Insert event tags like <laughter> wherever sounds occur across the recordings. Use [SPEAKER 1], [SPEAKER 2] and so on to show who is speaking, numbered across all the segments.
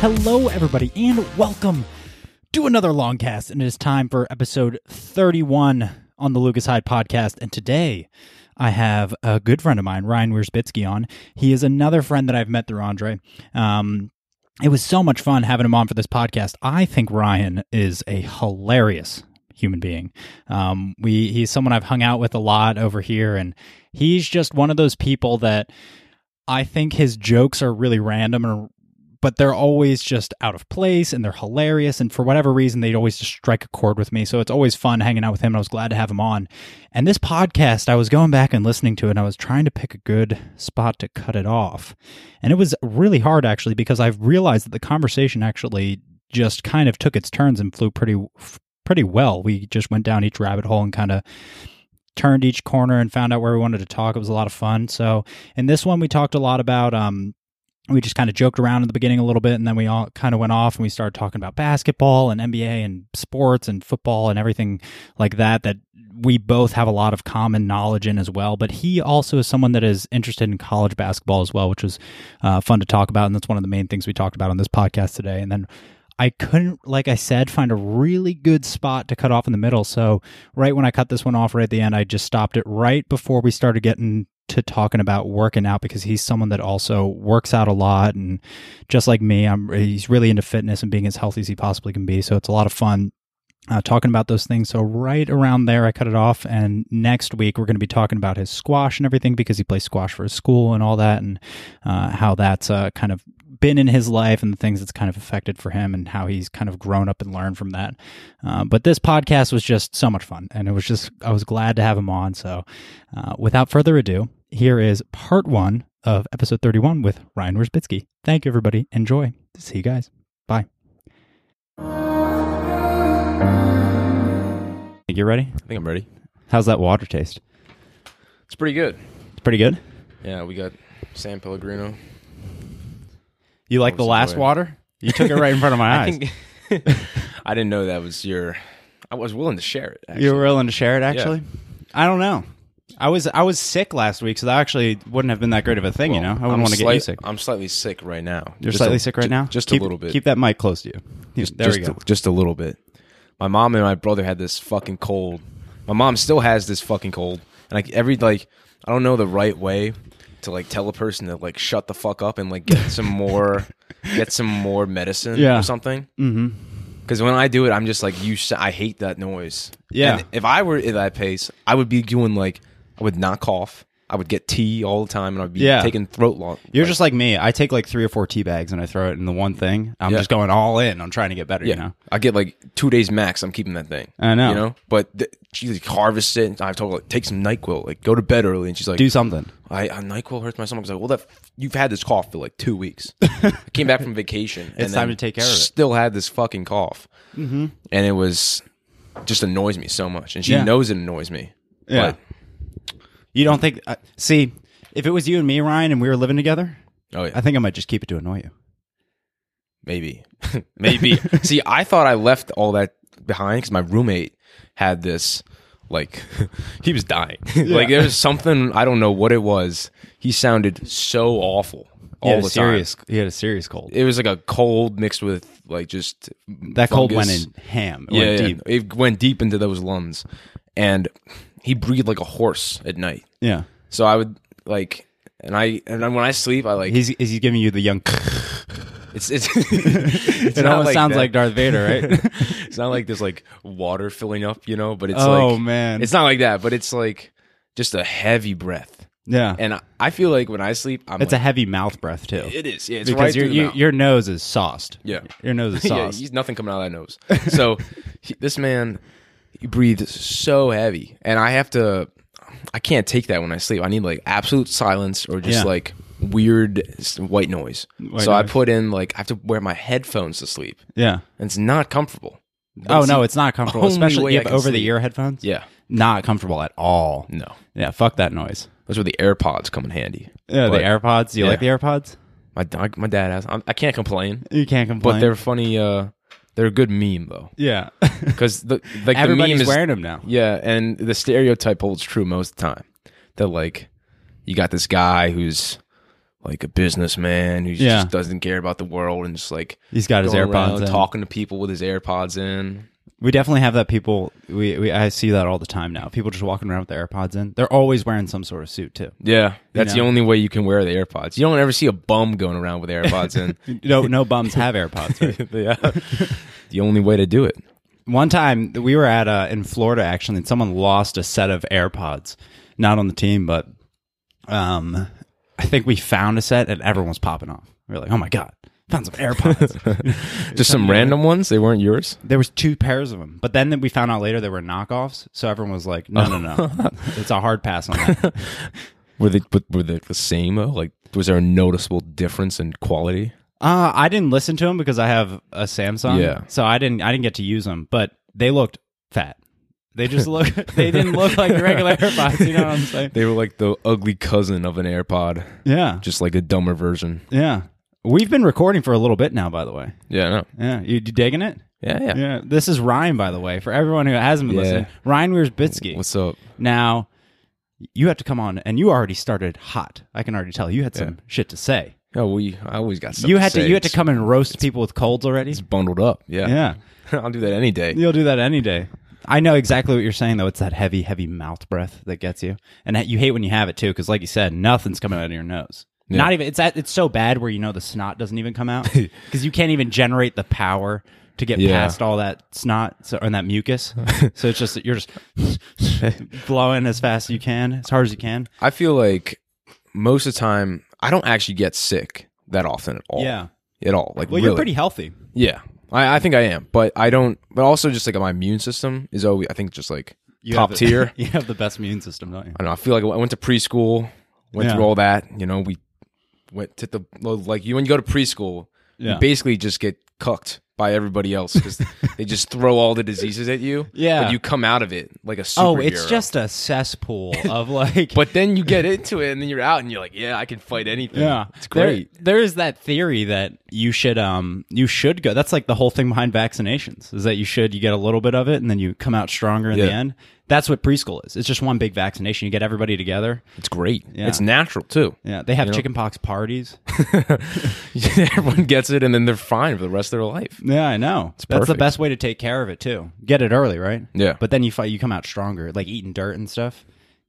[SPEAKER 1] Hello, everybody, and welcome to another long cast. And it is time for episode 31 on the Lucas Hyde podcast. And today I have a good friend of mine, Ryan Wiersbitsky, on. He is another friend that I've met through Andre. Um, it was so much fun having him on for this podcast. I think Ryan is a hilarious human being. Um, we he's someone I've hung out with a lot over here, and he's just one of those people that I think his jokes are really random and but they're always just out of place and they're hilarious and for whatever reason they always just strike a chord with me so it's always fun hanging out with him and i was glad to have him on and this podcast i was going back and listening to it and i was trying to pick a good spot to cut it off and it was really hard actually because i've realized that the conversation actually just kind of took its turns and flew pretty pretty well we just went down each rabbit hole and kind of turned each corner and found out where we wanted to talk it was a lot of fun so in this one we talked a lot about um, we just kind of joked around in the beginning a little bit and then we all kind of went off and we started talking about basketball and NBA and sports and football and everything like that that we both have a lot of common knowledge in as well but he also is someone that is interested in college basketball as well which was uh, fun to talk about and that's one of the main things we talked about on this podcast today and then I couldn't, like I said, find a really good spot to cut off in the middle. So, right when I cut this one off right at the end, I just stopped it right before we started getting to talking about working out because he's someone that also works out a lot and just like me I'm he's really into fitness and being as healthy as he possibly can be so it's a lot of fun uh, talking about those things so right around there I cut it off and next week we're going to be talking about his squash and everything because he plays squash for his school and all that and uh, how that's uh, kind of been in his life and the things that's kind of affected for him and how he's kind of grown up and learned from that. Uh, but this podcast was just so much fun, and it was just I was glad to have him on. So, uh, without further ado, here is part one of episode thirty-one with Ryan Wiersbitsky. Thank you, everybody. Enjoy. See you guys. Bye. Think you're ready?
[SPEAKER 2] I think I'm ready.
[SPEAKER 1] How's that water taste?
[SPEAKER 2] It's pretty good.
[SPEAKER 1] It's pretty good.
[SPEAKER 2] Yeah, we got San Pellegrino.
[SPEAKER 1] You like
[SPEAKER 2] Oh,
[SPEAKER 1] the
[SPEAKER 2] so
[SPEAKER 1] last
[SPEAKER 2] weird.
[SPEAKER 1] water? You took it right in front <laughs> of my
[SPEAKER 2] I
[SPEAKER 1] eyes.
[SPEAKER 2] think <laughs> I didn't know that was your. I was willing to share it. Actually.
[SPEAKER 1] You were willing to share it, actually. I don't know. I was I was sick last week, so that actually wouldn't have been that great of a thing, you know. I wouldn't
[SPEAKER 2] I'm
[SPEAKER 1] want to get
[SPEAKER 2] slight-
[SPEAKER 1] you sick.
[SPEAKER 2] I'm slightly sick right now.
[SPEAKER 1] You're
[SPEAKER 2] Just
[SPEAKER 1] slightly
[SPEAKER 2] a-
[SPEAKER 1] sick right
[SPEAKER 2] ju-
[SPEAKER 1] now.
[SPEAKER 2] Just
[SPEAKER 1] Keep-
[SPEAKER 2] a little bit.
[SPEAKER 1] Keep that mic close to you. there
[SPEAKER 2] just,
[SPEAKER 1] we go.
[SPEAKER 2] A, just a little bit. My mom and my brother had this fucking cold. My mom still has this fucking cold, and like every like, I don't know the right way to like tell a person to like shut the fuck up and like get
[SPEAKER 1] <laughs>
[SPEAKER 2] some more, get some more medicine
[SPEAKER 1] Yeah.
[SPEAKER 2] or something. Mm-hmm. Because when I do it, I'm just like you. s- I hate that noise.
[SPEAKER 1] Yeah.
[SPEAKER 2] And if I were at that pace, I would be doing like I would not cough. I would get tea all the time, and I'd be
[SPEAKER 3] Yeah.
[SPEAKER 2] taking throat long.
[SPEAKER 3] You're just like me. I take like three or four tea bags and I throw it in the one thing. I'm
[SPEAKER 2] Yeah.
[SPEAKER 3] just going all in on trying to get better,
[SPEAKER 2] Yeah,
[SPEAKER 3] you know?
[SPEAKER 2] I get like two days max. I'm keeping that thing.
[SPEAKER 3] I know.
[SPEAKER 2] You know, but th- she like harvests it. And I've told her like take some Nyquil, like go to bed early, and she's like,
[SPEAKER 3] Do something.
[SPEAKER 2] I, I Nyquil hurts my stomach. I was like, well, that you've had this cough for like
[SPEAKER 3] <laughs>
[SPEAKER 2] two weeks. I came back from vacation. and
[SPEAKER 3] time to
[SPEAKER 2] then
[SPEAKER 3] take care of it.
[SPEAKER 2] Still had this fucking cough, mm-hmm. and it was just annoys me so much. And she
[SPEAKER 3] Yeah.
[SPEAKER 2] knows it annoys me.
[SPEAKER 3] Yeah. You don't think. I see, if it was you and me, Ryan, and we were living together,
[SPEAKER 2] But, oh yeah.
[SPEAKER 3] I think I might just keep it to annoy you.
[SPEAKER 2] Maybe. <laughs>
[SPEAKER 3] <laughs>
[SPEAKER 2] Maybe. See, I thought I left all that behind because my roommate had this, like, <laughs> he was dying. <laughs> like, there was something, I don't know what it was. He sounded so awful all
[SPEAKER 3] He had
[SPEAKER 2] the
[SPEAKER 3] a serious,
[SPEAKER 2] time.
[SPEAKER 3] He had a serious cold.
[SPEAKER 2] It was like a cold mixed with, like, just.
[SPEAKER 3] that cold went
[SPEAKER 2] fungus.
[SPEAKER 3] in ham. It
[SPEAKER 2] Yeah,
[SPEAKER 3] went
[SPEAKER 2] yeah.
[SPEAKER 3] deep.
[SPEAKER 2] It went deep into those lungs. And he breathed like a horse at night.
[SPEAKER 3] Yeah.
[SPEAKER 2] So I would, like, and I, and then when I sleep, I like,
[SPEAKER 3] He's, is he giving you the young. <laughs>
[SPEAKER 2] it's, it's, <laughs> it's
[SPEAKER 3] it
[SPEAKER 2] not
[SPEAKER 3] almost sounds
[SPEAKER 2] that.
[SPEAKER 3] like Darth Vader,
[SPEAKER 2] <laughs>
[SPEAKER 3] right?
[SPEAKER 2] it's not like there's like water filling up, you know, but it's
[SPEAKER 3] Oh,
[SPEAKER 2] like
[SPEAKER 3] man.
[SPEAKER 2] It's not like that, but it's like just a heavy breath.
[SPEAKER 3] yeah.
[SPEAKER 2] And I, I feel like when I sleep, I'm
[SPEAKER 3] it's a
[SPEAKER 2] like,
[SPEAKER 3] heavy mouth breath, too.
[SPEAKER 2] it is. Yeah, it's
[SPEAKER 3] because
[SPEAKER 2] right
[SPEAKER 3] your,
[SPEAKER 2] through the
[SPEAKER 3] you,
[SPEAKER 2] mouth.
[SPEAKER 3] your nose is sauced.
[SPEAKER 2] Yeah.
[SPEAKER 3] Your nose is
[SPEAKER 2] <laughs> yeah,
[SPEAKER 3] sauced.
[SPEAKER 2] he's nothing coming out of that nose.
[SPEAKER 3] <laughs>
[SPEAKER 2] So he, this man he breathes so heavy and I have to I can't take that when I sleep. I need like absolute silence or just
[SPEAKER 3] Yeah.
[SPEAKER 2] like weird s- white noise. so I
[SPEAKER 3] noise.
[SPEAKER 2] put in like I have to wear my headphones to sleep.
[SPEAKER 3] yeah.
[SPEAKER 2] And it's not comfortable.
[SPEAKER 3] Oh, no, it's not comfortable,
[SPEAKER 2] only way
[SPEAKER 3] especially if you
[SPEAKER 2] I can
[SPEAKER 3] have over the
[SPEAKER 2] sleep.
[SPEAKER 3] ear headphones.
[SPEAKER 2] Yeah.
[SPEAKER 3] not comfortable at all.
[SPEAKER 2] No.
[SPEAKER 3] Yeah, fuck that noise.
[SPEAKER 2] That's where the AirPods come in handy.
[SPEAKER 3] Yeah,
[SPEAKER 2] But
[SPEAKER 3] the AirPods. Do you
[SPEAKER 2] yeah.
[SPEAKER 3] like the AirPods?
[SPEAKER 2] My dog, my dad has. I'm, I can't complain,
[SPEAKER 3] You can't
[SPEAKER 2] but
[SPEAKER 3] complain.
[SPEAKER 2] they're funny. Uh, they're a good meme though,
[SPEAKER 1] <laughs>
[SPEAKER 3] yeah.
[SPEAKER 2] because the like the meme
[SPEAKER 3] Everybody's
[SPEAKER 2] is
[SPEAKER 3] wearing them now.
[SPEAKER 2] yeah, and the stereotype holds true most of the time. That like, you got this guy who's like a businessman who
[SPEAKER 1] Yeah.
[SPEAKER 2] just doesn't care about the world and just like
[SPEAKER 1] He's got his
[SPEAKER 2] going
[SPEAKER 1] AirPods
[SPEAKER 2] around
[SPEAKER 1] in.
[SPEAKER 2] talking to people with his AirPods in.
[SPEAKER 1] We definitely have that people. We, we I see that all the time now. People just walking around with their AirPods in. They're always wearing some sort of
[SPEAKER 3] <laughs>
[SPEAKER 1] suit too.
[SPEAKER 2] Yeah, that's
[SPEAKER 1] know.
[SPEAKER 2] the only way you can wear the AirPods. You don't ever see a bum going around with AirPods
[SPEAKER 1] <laughs>
[SPEAKER 2] in. <laughs>
[SPEAKER 1] No, no bums have AirPods. Right?
[SPEAKER 2] yeah, the only way to do it.
[SPEAKER 1] One time we were at uh, in Florida actually, and someone lost a set of AirPods. Not on the team, but um, I think we found a set, and everyone was popping off. We were like, "Oh my god, found some AirPods!"
[SPEAKER 2] Just some random ones. They weren't yours.
[SPEAKER 1] there was two pairs of them, but then we found out later they were knockoffs. So everyone was like, "No, no, no, it's a hard pass on that."
[SPEAKER 2] Were they but were they the same though? Like, was there a noticeable difference in quality?
[SPEAKER 1] Uh, I didn't listen to them because I have a Samsung.
[SPEAKER 2] Yeah.
[SPEAKER 1] So I didn't I didn't get to use them, but they looked fat. They just look. <laughs> they didn't look like regular AirPods. You know what I'm saying?
[SPEAKER 2] They were like the ugly cousin of an AirPod,
[SPEAKER 1] Yeah.
[SPEAKER 2] just like a dumber version.
[SPEAKER 1] Yeah. We've been recording for a little bit now, by the way.
[SPEAKER 2] Yeah, no,
[SPEAKER 1] Yeah. You, you digging it?
[SPEAKER 2] yeah, yeah.
[SPEAKER 1] Yeah. This is Ryan, by the way, for everyone who hasn't been
[SPEAKER 2] Yeah.
[SPEAKER 1] listening. Ryan Wiersbitsky.
[SPEAKER 2] What's up?
[SPEAKER 1] Now, you have to come on, and you already started hot. I can already tell you had some shit to say.
[SPEAKER 2] Oh, we. I always got. Stuff
[SPEAKER 1] you had to,
[SPEAKER 2] say.
[SPEAKER 1] you had to
[SPEAKER 2] It's
[SPEAKER 1] come and roast people with colds already.
[SPEAKER 2] bundled up. Yeah,
[SPEAKER 1] Yeah.
[SPEAKER 2] <laughs> I'll do that any day.
[SPEAKER 1] You'll do that any day. I know exactly what you're saying, though. It's that heavy, heavy mouth breath that gets you, and that you hate when you have it too, because, like you said, nothing's coming out of your nose. Not even it's at, it's so bad where you know the snot doesn't even come <laughs> out because you can't even generate the power to get
[SPEAKER 2] Yeah.
[SPEAKER 1] past all that snot so, and that <laughs> mucus. so it's just <laughs> that you're just blowing as fast as you can, as hard as you can.
[SPEAKER 2] I feel like most of the time I don't actually get sick that often at all.
[SPEAKER 1] Yeah.
[SPEAKER 2] at all. Like,
[SPEAKER 1] Well,
[SPEAKER 2] really.
[SPEAKER 1] you're pretty healthy.
[SPEAKER 2] Yeah, I, I think I am, but I don't. But also, just like my immune system is always. I think just like
[SPEAKER 1] You
[SPEAKER 2] top
[SPEAKER 1] have the- <laughs>
[SPEAKER 2] tier.
[SPEAKER 1] you have the best immune system, don't you?
[SPEAKER 2] I don't know. I feel like I went to preschool, went
[SPEAKER 1] Yeah.
[SPEAKER 2] through all that. You know, we went to the well, like you when you go to preschool,
[SPEAKER 1] Yeah.
[SPEAKER 2] you basically just get cucked by everybody else
[SPEAKER 1] <laughs>
[SPEAKER 2] because they just throw all the diseases at you.
[SPEAKER 1] Yeah.
[SPEAKER 2] but you come out of it like a
[SPEAKER 1] Oh,
[SPEAKER 2] superhero.
[SPEAKER 1] it's just a cesspool of like <laughs>
[SPEAKER 2] But then you get into it, and then you're out, and you're like, "Yeah, I can fight anything."
[SPEAKER 1] Yeah,
[SPEAKER 2] it's great.
[SPEAKER 1] There, there is that theory that you should um you should go. That's like the whole thing behind vaccinations is that you should you get a little bit of it and then you come out stronger in the
[SPEAKER 2] Yeah.
[SPEAKER 1] end. That's what preschool is. It's just one big vaccination. You get everybody together.
[SPEAKER 2] It's great.
[SPEAKER 1] Yeah.
[SPEAKER 2] It's natural too. <laughs>
[SPEAKER 1] Yeah, they have chickenpox parties.
[SPEAKER 2] Everyone gets it, and then they're fine for the rest of their life.
[SPEAKER 1] yeah, I know. <laughs> That's the
[SPEAKER 2] perfect.
[SPEAKER 1] best way to take care of it too. Get it early, right?
[SPEAKER 2] Yeah.
[SPEAKER 1] But then you fight. You come out stronger, like eating dirt and stuff.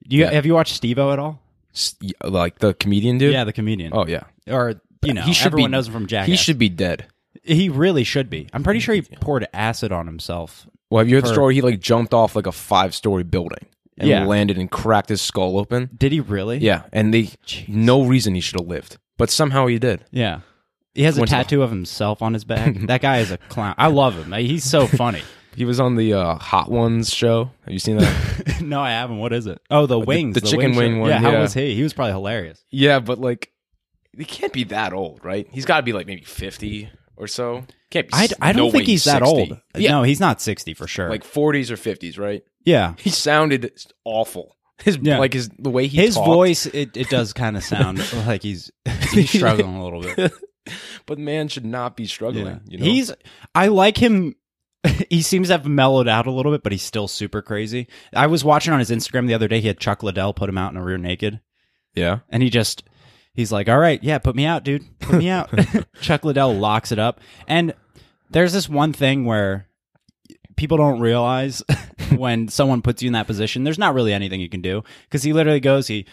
[SPEAKER 1] Do you
[SPEAKER 2] Yeah.
[SPEAKER 1] have you watched Steve-O at all?
[SPEAKER 2] S- y- Like the comedian dude.
[SPEAKER 1] Yeah, the comedian.
[SPEAKER 2] Oh yeah.
[SPEAKER 1] or you know,
[SPEAKER 2] he should
[SPEAKER 1] everyone
[SPEAKER 2] be,
[SPEAKER 1] knows him from Jackass.
[SPEAKER 2] He should be dead.
[SPEAKER 1] He really should be. I'm pretty sure he poured acid on himself
[SPEAKER 2] Well, have you heard the story? He like jumped off like a five story building and
[SPEAKER 1] Yeah.
[SPEAKER 2] landed and cracked his skull open.
[SPEAKER 1] Did he really?
[SPEAKER 2] Yeah, and they no reason he should have lived, but somehow he did.
[SPEAKER 1] Yeah. He has a
[SPEAKER 2] Went to the-
[SPEAKER 1] tattoo of himself on his <laughs> back. that guy is a clown. I love him. Like, He's <laughs> so funny.
[SPEAKER 2] He was on the uh, Hot Ones show. Have you
[SPEAKER 1] <laughs>
[SPEAKER 2] seen that?
[SPEAKER 1] no, I haven't. What is it? Oh, the wings.
[SPEAKER 2] the chicken
[SPEAKER 1] wing
[SPEAKER 2] wing
[SPEAKER 1] show.
[SPEAKER 2] one,
[SPEAKER 1] Yeah, how
[SPEAKER 2] yeah.
[SPEAKER 1] was he? He was probably hilarious.
[SPEAKER 2] yeah, but like he can't be that old, right? He's got to be like maybe fifty or so. Can't be.
[SPEAKER 1] I, I don't
[SPEAKER 2] no way
[SPEAKER 1] think he's that
[SPEAKER 2] 60.
[SPEAKER 1] old.
[SPEAKER 2] Yeah,
[SPEAKER 1] No, he's not 60 for sure.
[SPEAKER 2] like forties or fifties, right?
[SPEAKER 1] yeah.
[SPEAKER 2] He sounded awful. His
[SPEAKER 1] Yeah.
[SPEAKER 2] like his the way he
[SPEAKER 1] His
[SPEAKER 2] talked.
[SPEAKER 1] voice, it, it does kind of sound
[SPEAKER 2] <laughs>
[SPEAKER 1] like he's, he's struggling a little bit.
[SPEAKER 2] But man should not be struggling.
[SPEAKER 1] Yeah.
[SPEAKER 2] You know?
[SPEAKER 1] He's, I like him. <laughs> he seems to have mellowed out a little bit, but he's still super crazy. I was watching on his Instagram the other day. He had Chuck Liddell put him out in a rear naked.
[SPEAKER 2] yeah.
[SPEAKER 1] And he just, he's like, all right, yeah, put me out, dude. Put me out. Chuck Liddell locks it up. And there's this one thing where people don't realize <laughs> when someone puts you in that position, there's not really anything you can do because he literally goes, he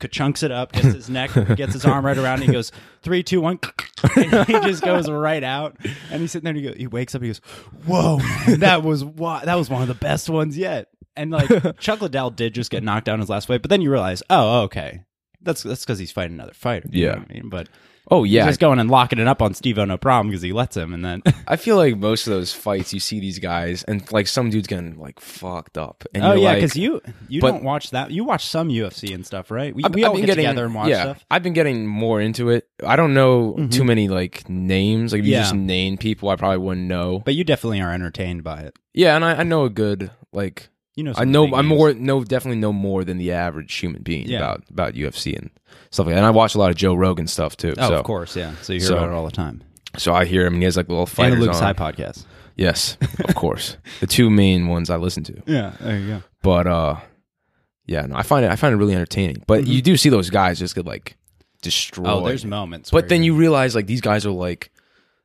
[SPEAKER 1] ka-chunks it up, gets his neck, gets his arm right around, and he goes, three, two, one. <laughs> and he just goes right out. And he's sitting there and he, go, he wakes up and he goes, whoa, man, that was wa- that was one of the best ones yet. And like
[SPEAKER 2] <laughs>
[SPEAKER 1] Chuck Liddell did just get knocked down his last fight, but then you realize, oh, okay. That's that's because he's fighting another fighter. you
[SPEAKER 2] Yeah.
[SPEAKER 1] know what I mean? But
[SPEAKER 2] Oh
[SPEAKER 1] he's
[SPEAKER 2] yeah.
[SPEAKER 1] just going and locking it up on Steve O no problem because he lets him and then
[SPEAKER 2] I feel like most of those fights, you see these guys, and like some dude's getting like fucked up. And
[SPEAKER 1] Oh
[SPEAKER 2] you're
[SPEAKER 1] yeah,
[SPEAKER 2] like-
[SPEAKER 1] because you you
[SPEAKER 2] but-
[SPEAKER 1] don't watch that. You watch some UFC and stuff, right? We,
[SPEAKER 2] I've-
[SPEAKER 1] we
[SPEAKER 2] I've
[SPEAKER 1] all
[SPEAKER 2] been
[SPEAKER 1] get
[SPEAKER 2] getting-
[SPEAKER 1] together and watch
[SPEAKER 2] yeah,
[SPEAKER 1] stuff. Mm-hmm.
[SPEAKER 2] I've been getting more into it. I don't know too many like names. Like if you
[SPEAKER 1] Yeah.
[SPEAKER 2] just name people, I probably wouldn't know.
[SPEAKER 1] But you definitely are entertained by it.
[SPEAKER 2] yeah, and I, I know a good like
[SPEAKER 1] You know, some
[SPEAKER 2] I know
[SPEAKER 1] big
[SPEAKER 2] I'm
[SPEAKER 1] names.
[SPEAKER 2] more know definitely know more than the average human being
[SPEAKER 1] Yeah.
[SPEAKER 2] about about UFC and stuff like that. And I watch a lot of Joe Rogan stuff too.
[SPEAKER 1] Oh,
[SPEAKER 2] so
[SPEAKER 1] of course, yeah. So you hear
[SPEAKER 2] so-
[SPEAKER 1] about it all the time.
[SPEAKER 2] so I hear him and he has like little
[SPEAKER 1] And
[SPEAKER 2] fighters
[SPEAKER 1] the Lucas
[SPEAKER 2] on.
[SPEAKER 1] High podcast.
[SPEAKER 2] Yes,
[SPEAKER 1] <laughs>
[SPEAKER 2] of course. The two main ones I listen to.
[SPEAKER 1] Yeah, there you go.
[SPEAKER 2] but uh yeah no, i find it i find it really entertaining but you do see those guys just get like destroyed.
[SPEAKER 1] Mm-hmm. Oh, there's moments.
[SPEAKER 2] But
[SPEAKER 1] where
[SPEAKER 2] then you realize like these guys are like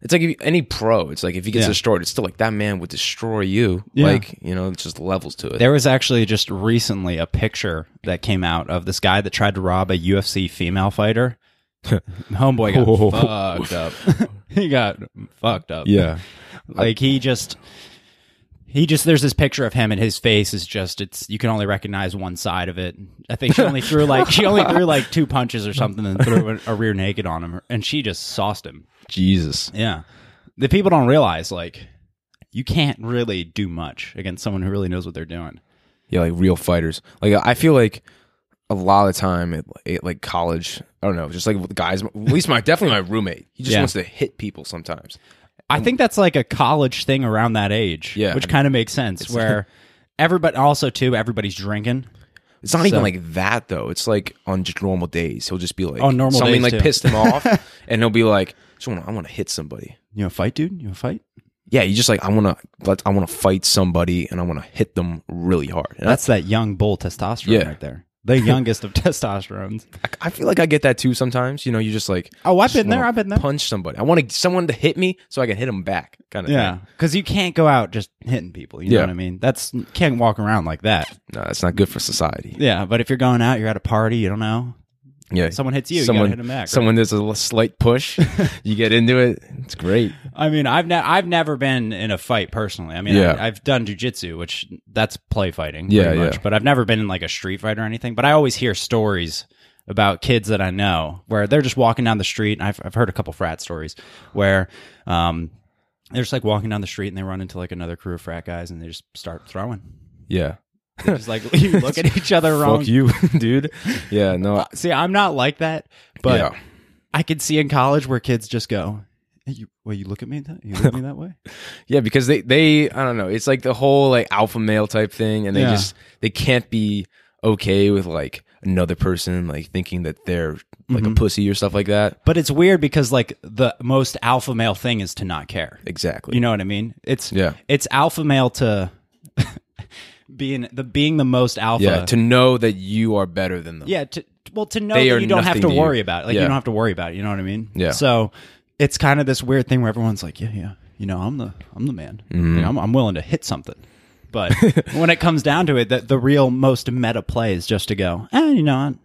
[SPEAKER 2] it's like if- any pro. It's like if he gets
[SPEAKER 1] Yeah.
[SPEAKER 2] destroyed, it's still like that man would destroy you. Like you know, it's just levels to it.
[SPEAKER 1] There was actually just recently a picture that came out of this guy that tried to rob a UFC female
[SPEAKER 2] <laughs>
[SPEAKER 1] fighter. Homeboy got
[SPEAKER 2] Whoa.
[SPEAKER 1] fucked up. <laughs> he got fucked up. <laughs>
[SPEAKER 2] yeah,
[SPEAKER 1] Like he just he just there's this picture of him and his face is just it's you can only recognize one side of it. I think she only threw like she only threw like two punches or something and threw a, a rear naked on him and she just sauced him.
[SPEAKER 2] Jesus.
[SPEAKER 1] Yeah. The people don't realize like you can't really do much against someone who really knows what they're doing.
[SPEAKER 2] Yeah, like real fighters. Like I feel like a lot of time at, at like college, I don't know, just like with guys. At least my definitely my roommate. He just
[SPEAKER 1] Yeah.
[SPEAKER 2] wants to hit people sometimes.
[SPEAKER 1] I think that's like a college thing around that age.
[SPEAKER 2] Yeah.
[SPEAKER 1] Which kind of makes sense where everybody also too everybody's drinking.
[SPEAKER 2] It's not even like that though. It's like on just normal days, he'll just be like,
[SPEAKER 1] On normal
[SPEAKER 2] something
[SPEAKER 1] days,
[SPEAKER 2] like
[SPEAKER 1] too.
[SPEAKER 2] pissed
[SPEAKER 1] <laughs>
[SPEAKER 2] him off, and he'll be like, just wanna, I want to hit somebody.
[SPEAKER 1] You know, fight, dude? You know, fight?
[SPEAKER 2] Yeah, you just like I want to let I want to fight somebody, and I want to hit them really hard. And
[SPEAKER 1] That's that young bull testosterone
[SPEAKER 2] Yeah.
[SPEAKER 1] right there.
[SPEAKER 2] <laughs>
[SPEAKER 1] The youngest of testosterones.
[SPEAKER 2] I feel like I get that too sometimes. You know, you just like
[SPEAKER 1] Oh, I've
[SPEAKER 2] just
[SPEAKER 1] been there,
[SPEAKER 2] wanna
[SPEAKER 1] I've been there.
[SPEAKER 2] Punch somebody. I want to, someone to hit me so I can hit them back. Kind of.
[SPEAKER 1] Yeah.
[SPEAKER 2] Thing.
[SPEAKER 1] Because you can't go out just hitting people. You
[SPEAKER 2] Yeah.
[SPEAKER 1] know what I mean? That's can't walk around like that.
[SPEAKER 2] No, that's not good for society.
[SPEAKER 1] Yeah. But if you're going out, you're at a party, you don't know.
[SPEAKER 2] Yeah.
[SPEAKER 1] Someone hits you,
[SPEAKER 2] someone
[SPEAKER 1] you gotta hit them back. right?
[SPEAKER 2] someone does a little
[SPEAKER 1] <laughs>
[SPEAKER 2] slight push. you get into it. It's great.
[SPEAKER 1] I mean, I've ne- I've never been in a fight personally. I mean,
[SPEAKER 2] Yeah.
[SPEAKER 1] I, I've done jujitsu, which that's play fighting,
[SPEAKER 2] Yeah,
[SPEAKER 1] pretty much.
[SPEAKER 2] yeah.
[SPEAKER 1] But I've never been in like a street fight or anything. But I always hear stories about kids that I know where they're just walking down the street. And I've I've heard a couple frat stories where, um, they're just like walking down the street and they run into like another crew of frat guys and they just start throwing.
[SPEAKER 2] Yeah.
[SPEAKER 1] They're just like <laughs>
[SPEAKER 2] <laughs>
[SPEAKER 1] you look at each other wrong.
[SPEAKER 2] Fuck you, <laughs> dude. Yeah. No.
[SPEAKER 1] See, I'm not like that, but
[SPEAKER 2] yeah.
[SPEAKER 1] I could see in college where kids just go, "Hey, "You, well, you look at me that you look at me that way."
[SPEAKER 2] Yeah, because they they I don't know. It's like the whole like alpha male type thing, and they
[SPEAKER 1] Yeah.
[SPEAKER 2] just they can't be okay with like another person like thinking that they're like
[SPEAKER 1] Mm-hmm.
[SPEAKER 2] a pussy or stuff like that.
[SPEAKER 1] But it's weird because like the most alpha male thing is to not care.
[SPEAKER 2] Exactly.
[SPEAKER 1] You know what I mean? It's
[SPEAKER 2] Yeah.
[SPEAKER 1] It's alpha male to <laughs> being the being the most alpha.
[SPEAKER 2] yeah. To know that you are better than them.
[SPEAKER 1] uh, yeah. To, well, to know
[SPEAKER 2] They
[SPEAKER 1] that
[SPEAKER 2] are
[SPEAKER 1] you don't have
[SPEAKER 2] nothing
[SPEAKER 1] to
[SPEAKER 2] to you.
[SPEAKER 1] worry about it. Like
[SPEAKER 2] Yeah.
[SPEAKER 1] you don't have to worry about it. You know what I mean?
[SPEAKER 2] Yeah.
[SPEAKER 1] So it's kind of this weird thing where everyone's like, yeah, yeah, you know, I'm the I'm the man.
[SPEAKER 2] Mm-hmm.
[SPEAKER 1] You know, I'm, I'm willing to hit something.
[SPEAKER 2] <laughs>
[SPEAKER 1] But when it comes down to it, that the real most meta play is just to go, eh, you know, I,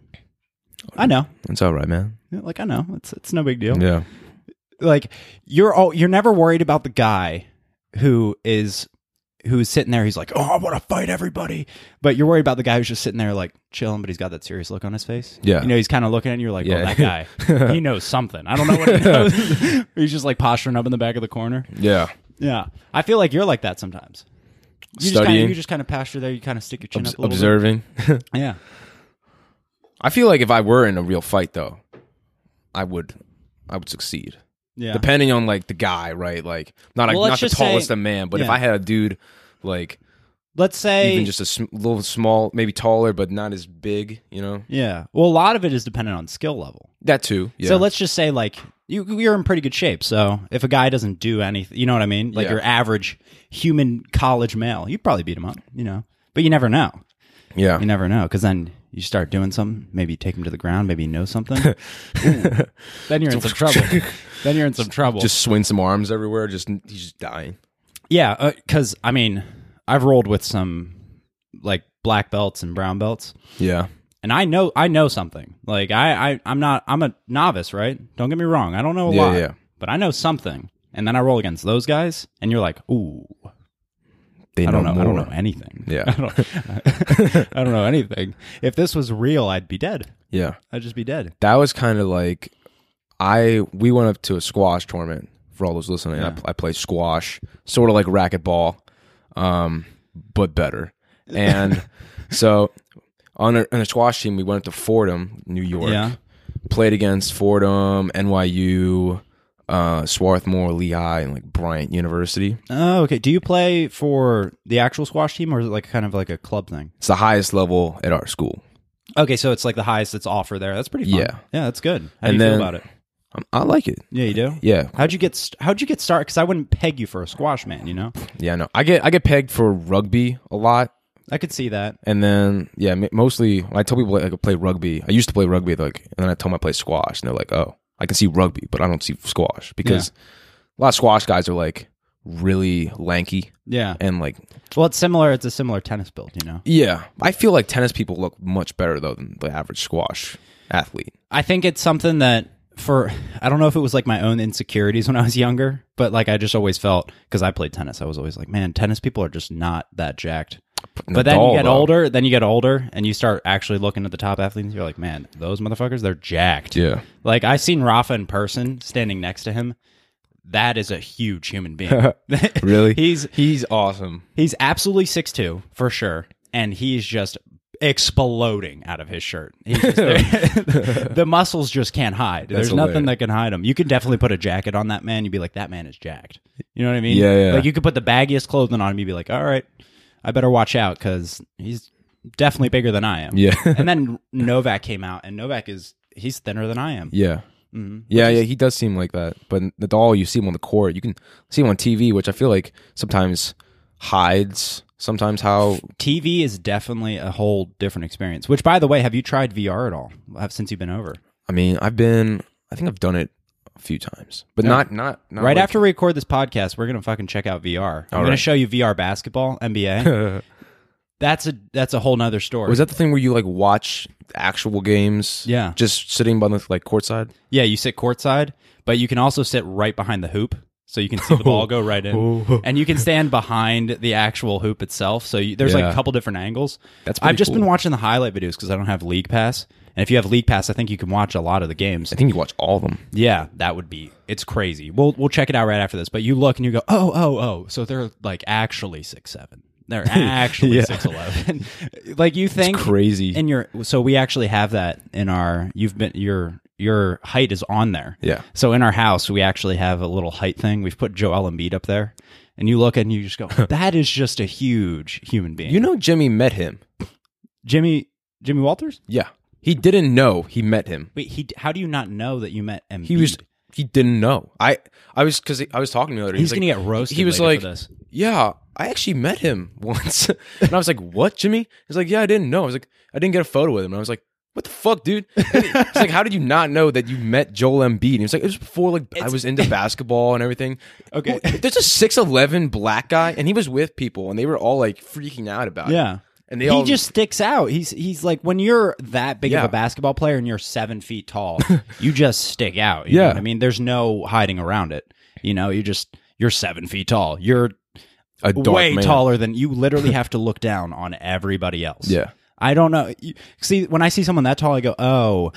[SPEAKER 1] I know,
[SPEAKER 2] It's all right, man.
[SPEAKER 1] like I know, it's it's no big deal
[SPEAKER 2] Yeah.
[SPEAKER 1] like you're all you're never worried about the guy who is who's sitting there he's like oh i want to fight everybody but you're worried about the guy who's just sitting there like chilling but he's got that serious look on his face
[SPEAKER 2] Yeah.
[SPEAKER 1] you know he's kind of looking at you you're like well
[SPEAKER 2] Yeah.
[SPEAKER 1] that guy he
[SPEAKER 2] <laughs>
[SPEAKER 1] knows something i don't know what he knows <laughs> he's just like posturing up in the back of the corner
[SPEAKER 2] Yeah.
[SPEAKER 1] yeah i feel like you're like that sometimes you just kind
[SPEAKER 2] Studying.
[SPEAKER 1] of you just kind of posture there you kind of stick your chin
[SPEAKER 2] Obs-
[SPEAKER 1] up a little
[SPEAKER 2] observing.
[SPEAKER 1] bit. yeah
[SPEAKER 2] <laughs> I feel like if I were in a real fight though, I would I would succeed.
[SPEAKER 1] yeah
[SPEAKER 2] depending on like the guy, right? Like not a,
[SPEAKER 1] Well, let's
[SPEAKER 2] not the
[SPEAKER 1] just say-
[SPEAKER 2] tallest of man, but if
[SPEAKER 1] yeah.
[SPEAKER 2] I had a dude like
[SPEAKER 1] let's say
[SPEAKER 2] even just a sm- little small, maybe taller, but not as big, you know,
[SPEAKER 1] yeah well a lot of it is dependent on skill level
[SPEAKER 2] that too. Yeah.
[SPEAKER 1] So let's just say like you you're in pretty good shape. So if a guy doesn't do anything, you know what I mean? Like
[SPEAKER 2] Yeah.
[SPEAKER 1] your average human college male, you'd probably beat him up, you know. But you never know.
[SPEAKER 2] yeah,
[SPEAKER 1] You never know cuz then you start doing something, maybe you take him to the ground, maybe you know
[SPEAKER 2] <laughs>
[SPEAKER 1] something. Ooh. then you're in some trouble. then you're in some trouble.
[SPEAKER 2] just swing some arms everywhere. Just he's just dying.
[SPEAKER 1] yeah, uh, cuz I mean, I've rolled with some like black belts and brown belts.
[SPEAKER 2] Yeah,
[SPEAKER 1] and I know I know something. Like I, I I'm not I'm a novice, right? Don't get me wrong. I don't know a
[SPEAKER 2] Yeah,
[SPEAKER 1] lot,
[SPEAKER 2] yeah.
[SPEAKER 1] but I know something. And then I roll against those guys, and you're like, ooh,
[SPEAKER 2] they
[SPEAKER 1] I don't know, I don't
[SPEAKER 2] more.
[SPEAKER 1] know anything.
[SPEAKER 2] <laughs> Yeah.
[SPEAKER 1] <laughs> I don't, I don't know anything. If this was real, I'd be dead.
[SPEAKER 2] Yeah,
[SPEAKER 1] I'd just be dead.
[SPEAKER 2] that was kind of like I we went up to a squash tournament for all those listening. I, pl- I play squash, sort of like racquetball, um, but better. And so on a, on a squash team, we went up to Fordham, New York.
[SPEAKER 1] Yeah.
[SPEAKER 2] Played against Fordham, NYU, uh, Swarthmore, Lehigh, and like Bryant University.
[SPEAKER 1] Oh, okay. Do you play for the actual squash team, or is it like kind of like a club thing?
[SPEAKER 2] It's the highest level at our school.
[SPEAKER 1] Okay, so it's like the highest that's offered there. That's pretty. Fun.
[SPEAKER 2] Yeah.
[SPEAKER 1] yeah, that's good. How
[SPEAKER 2] And
[SPEAKER 1] do you
[SPEAKER 2] then-
[SPEAKER 1] feel about it?
[SPEAKER 2] Um, I like it.
[SPEAKER 1] Yeah, you do.
[SPEAKER 2] Yeah,
[SPEAKER 1] How'd you get st- How'd you get started? Because I wouldn't peg you for a squash man. You know.
[SPEAKER 2] yeah. No, I get I get pegged for rugby a lot
[SPEAKER 1] I could see that.
[SPEAKER 2] And then yeah, m- mostly I tell people like, I could play rugby. I used to play rugby like, and then I tell them I play squash, and they're like, oh, I can see rugby, but I don't see squash because a lot of squash guys are like really lanky
[SPEAKER 1] Yeah.
[SPEAKER 2] and like
[SPEAKER 1] Well, it's similar. It's a similar tennis build, you know.
[SPEAKER 2] yeah. I feel like tennis people look much better though than the average squash athlete.
[SPEAKER 1] I think it's something that for I don't know if it was like my own insecurities when I was younger, but like I just always felt because I played tennis, I was always like, man, tennis people are just not that jacked. But then
[SPEAKER 2] Nadal,
[SPEAKER 1] you get
[SPEAKER 2] though.
[SPEAKER 1] older, then you get older, and you start actually looking at the top athletes. And you're like, man, those motherfuckers, they're jacked.
[SPEAKER 2] Yeah.
[SPEAKER 1] Like I seen Rafa in person, standing next to him. That is a huge human being.
[SPEAKER 2] <laughs>
[SPEAKER 1] <laughs>
[SPEAKER 2] Really?
[SPEAKER 1] he's
[SPEAKER 2] He's awesome.
[SPEAKER 1] he's absolutely six two for sure, and he's just exploding out of his shirt. He's just
[SPEAKER 2] <laughs>
[SPEAKER 1] the muscles just can't hide. There's nothing
[SPEAKER 2] hilarious.
[SPEAKER 1] that can hide him. You could definitely put a jacket on that man. You'd be like, that man is jacked. You know what I mean?
[SPEAKER 2] Yeah, yeah.
[SPEAKER 1] Like you could put the baggiest clothing on him. You'd be like, all right, I better watch out because he's definitely bigger than I am.
[SPEAKER 2] Yeah.
[SPEAKER 1] and then Novak came out, and Novak is he's thinner than I am.
[SPEAKER 2] Yeah. Yeah, yeah, he does seem like that. But Nadal, you see him on the court. You can see him on TV, which I feel like sometimes hides sometimes how
[SPEAKER 1] TV is definitely a whole different experience. Which, by the way, have you tried VR at all uh, since you've been over?
[SPEAKER 2] I mean, I've been I think I've done it a few times. But not, not not
[SPEAKER 1] right
[SPEAKER 2] like-
[SPEAKER 1] after we record this podcast, we're gonna fucking check out VR. I'm gonna
[SPEAKER 2] right.
[SPEAKER 1] show you VR basketball,
[SPEAKER 2] <laughs>
[SPEAKER 1] NBA. that's a that's a whole nother story.
[SPEAKER 2] Was that the thing where you like watch actual games?
[SPEAKER 1] Yeah.
[SPEAKER 2] Just sitting by the like courtside?
[SPEAKER 1] yeah, you sit courtside, but you can also sit right behind the hoop, so you can see the ball go right in,
[SPEAKER 2] <laughs>
[SPEAKER 1] and you can stand behind the actual hoop itself. So you, there's like
[SPEAKER 2] Yeah.
[SPEAKER 1] a couple different angles.
[SPEAKER 2] That's pretty
[SPEAKER 1] I've just
[SPEAKER 2] cool.
[SPEAKER 1] been watching the highlight videos because I don't have League Pass, and if you have League Pass, I think you can watch a lot of the games.
[SPEAKER 2] I think you watch all of them.
[SPEAKER 1] Yeah, that would be it's crazy. We'll we'll check it out right after this. But you look and you go, oh oh oh, so they're like actually six seven.
[SPEAKER 2] <laughs>
[SPEAKER 1] They're actually
[SPEAKER 2] Yeah.
[SPEAKER 1] six eleven. <laughs> like you think
[SPEAKER 2] Crazy.
[SPEAKER 1] in your so we actually have that in our you've been your your height is on there.
[SPEAKER 2] Yeah.
[SPEAKER 1] So in our house we actually have a little height thing. We've put Joel Embiid up there, and you look and you
[SPEAKER 2] <laughs>
[SPEAKER 1] just go, that is just a huge human being.
[SPEAKER 2] you know Jimmy met him.
[SPEAKER 1] Jimmy Jimmy Walters.
[SPEAKER 2] Yeah. He didn't know he met him.
[SPEAKER 1] Wait, he how do you not know that you met Embiid?
[SPEAKER 2] He was he didn't know. I I was cuz I was talking to the other day.
[SPEAKER 1] He's
[SPEAKER 2] He's like,
[SPEAKER 1] gonna get roasted.
[SPEAKER 2] he was
[SPEAKER 1] later
[SPEAKER 2] like
[SPEAKER 1] for this.
[SPEAKER 2] yeah, I actually met him <laughs> once. and I was like, what, Jimmy? He's like, yeah, I didn't know. I was like, I didn't get a photo with him. And I was like, what the fuck, dude? It's like, how did you not know that you met Joel Embiid? And he was like, it was before like I was into basketball and everything.
[SPEAKER 1] Okay.
[SPEAKER 2] Well, There's a six eleven black guy, and he was with people, and they were all like freaking out about it.
[SPEAKER 1] Yeah.
[SPEAKER 2] and they
[SPEAKER 1] he
[SPEAKER 2] all
[SPEAKER 1] just sticks out. He's he's like when you're that big of
[SPEAKER 2] Yeah.
[SPEAKER 1] a basketball player and you're seven feet
[SPEAKER 2] <laughs>
[SPEAKER 1] tall, you just stick out. You
[SPEAKER 2] Yeah.
[SPEAKER 1] know what I mean, there's no hiding around it. You know, you just you're seven feet tall. You're
[SPEAKER 2] a dark
[SPEAKER 1] way
[SPEAKER 2] man.
[SPEAKER 1] taller than you.
[SPEAKER 2] <laughs>
[SPEAKER 1] Literally have to look down on everybody else.
[SPEAKER 2] Yeah.
[SPEAKER 1] I don't know. You- See, when I see someone that tall, I go, oh,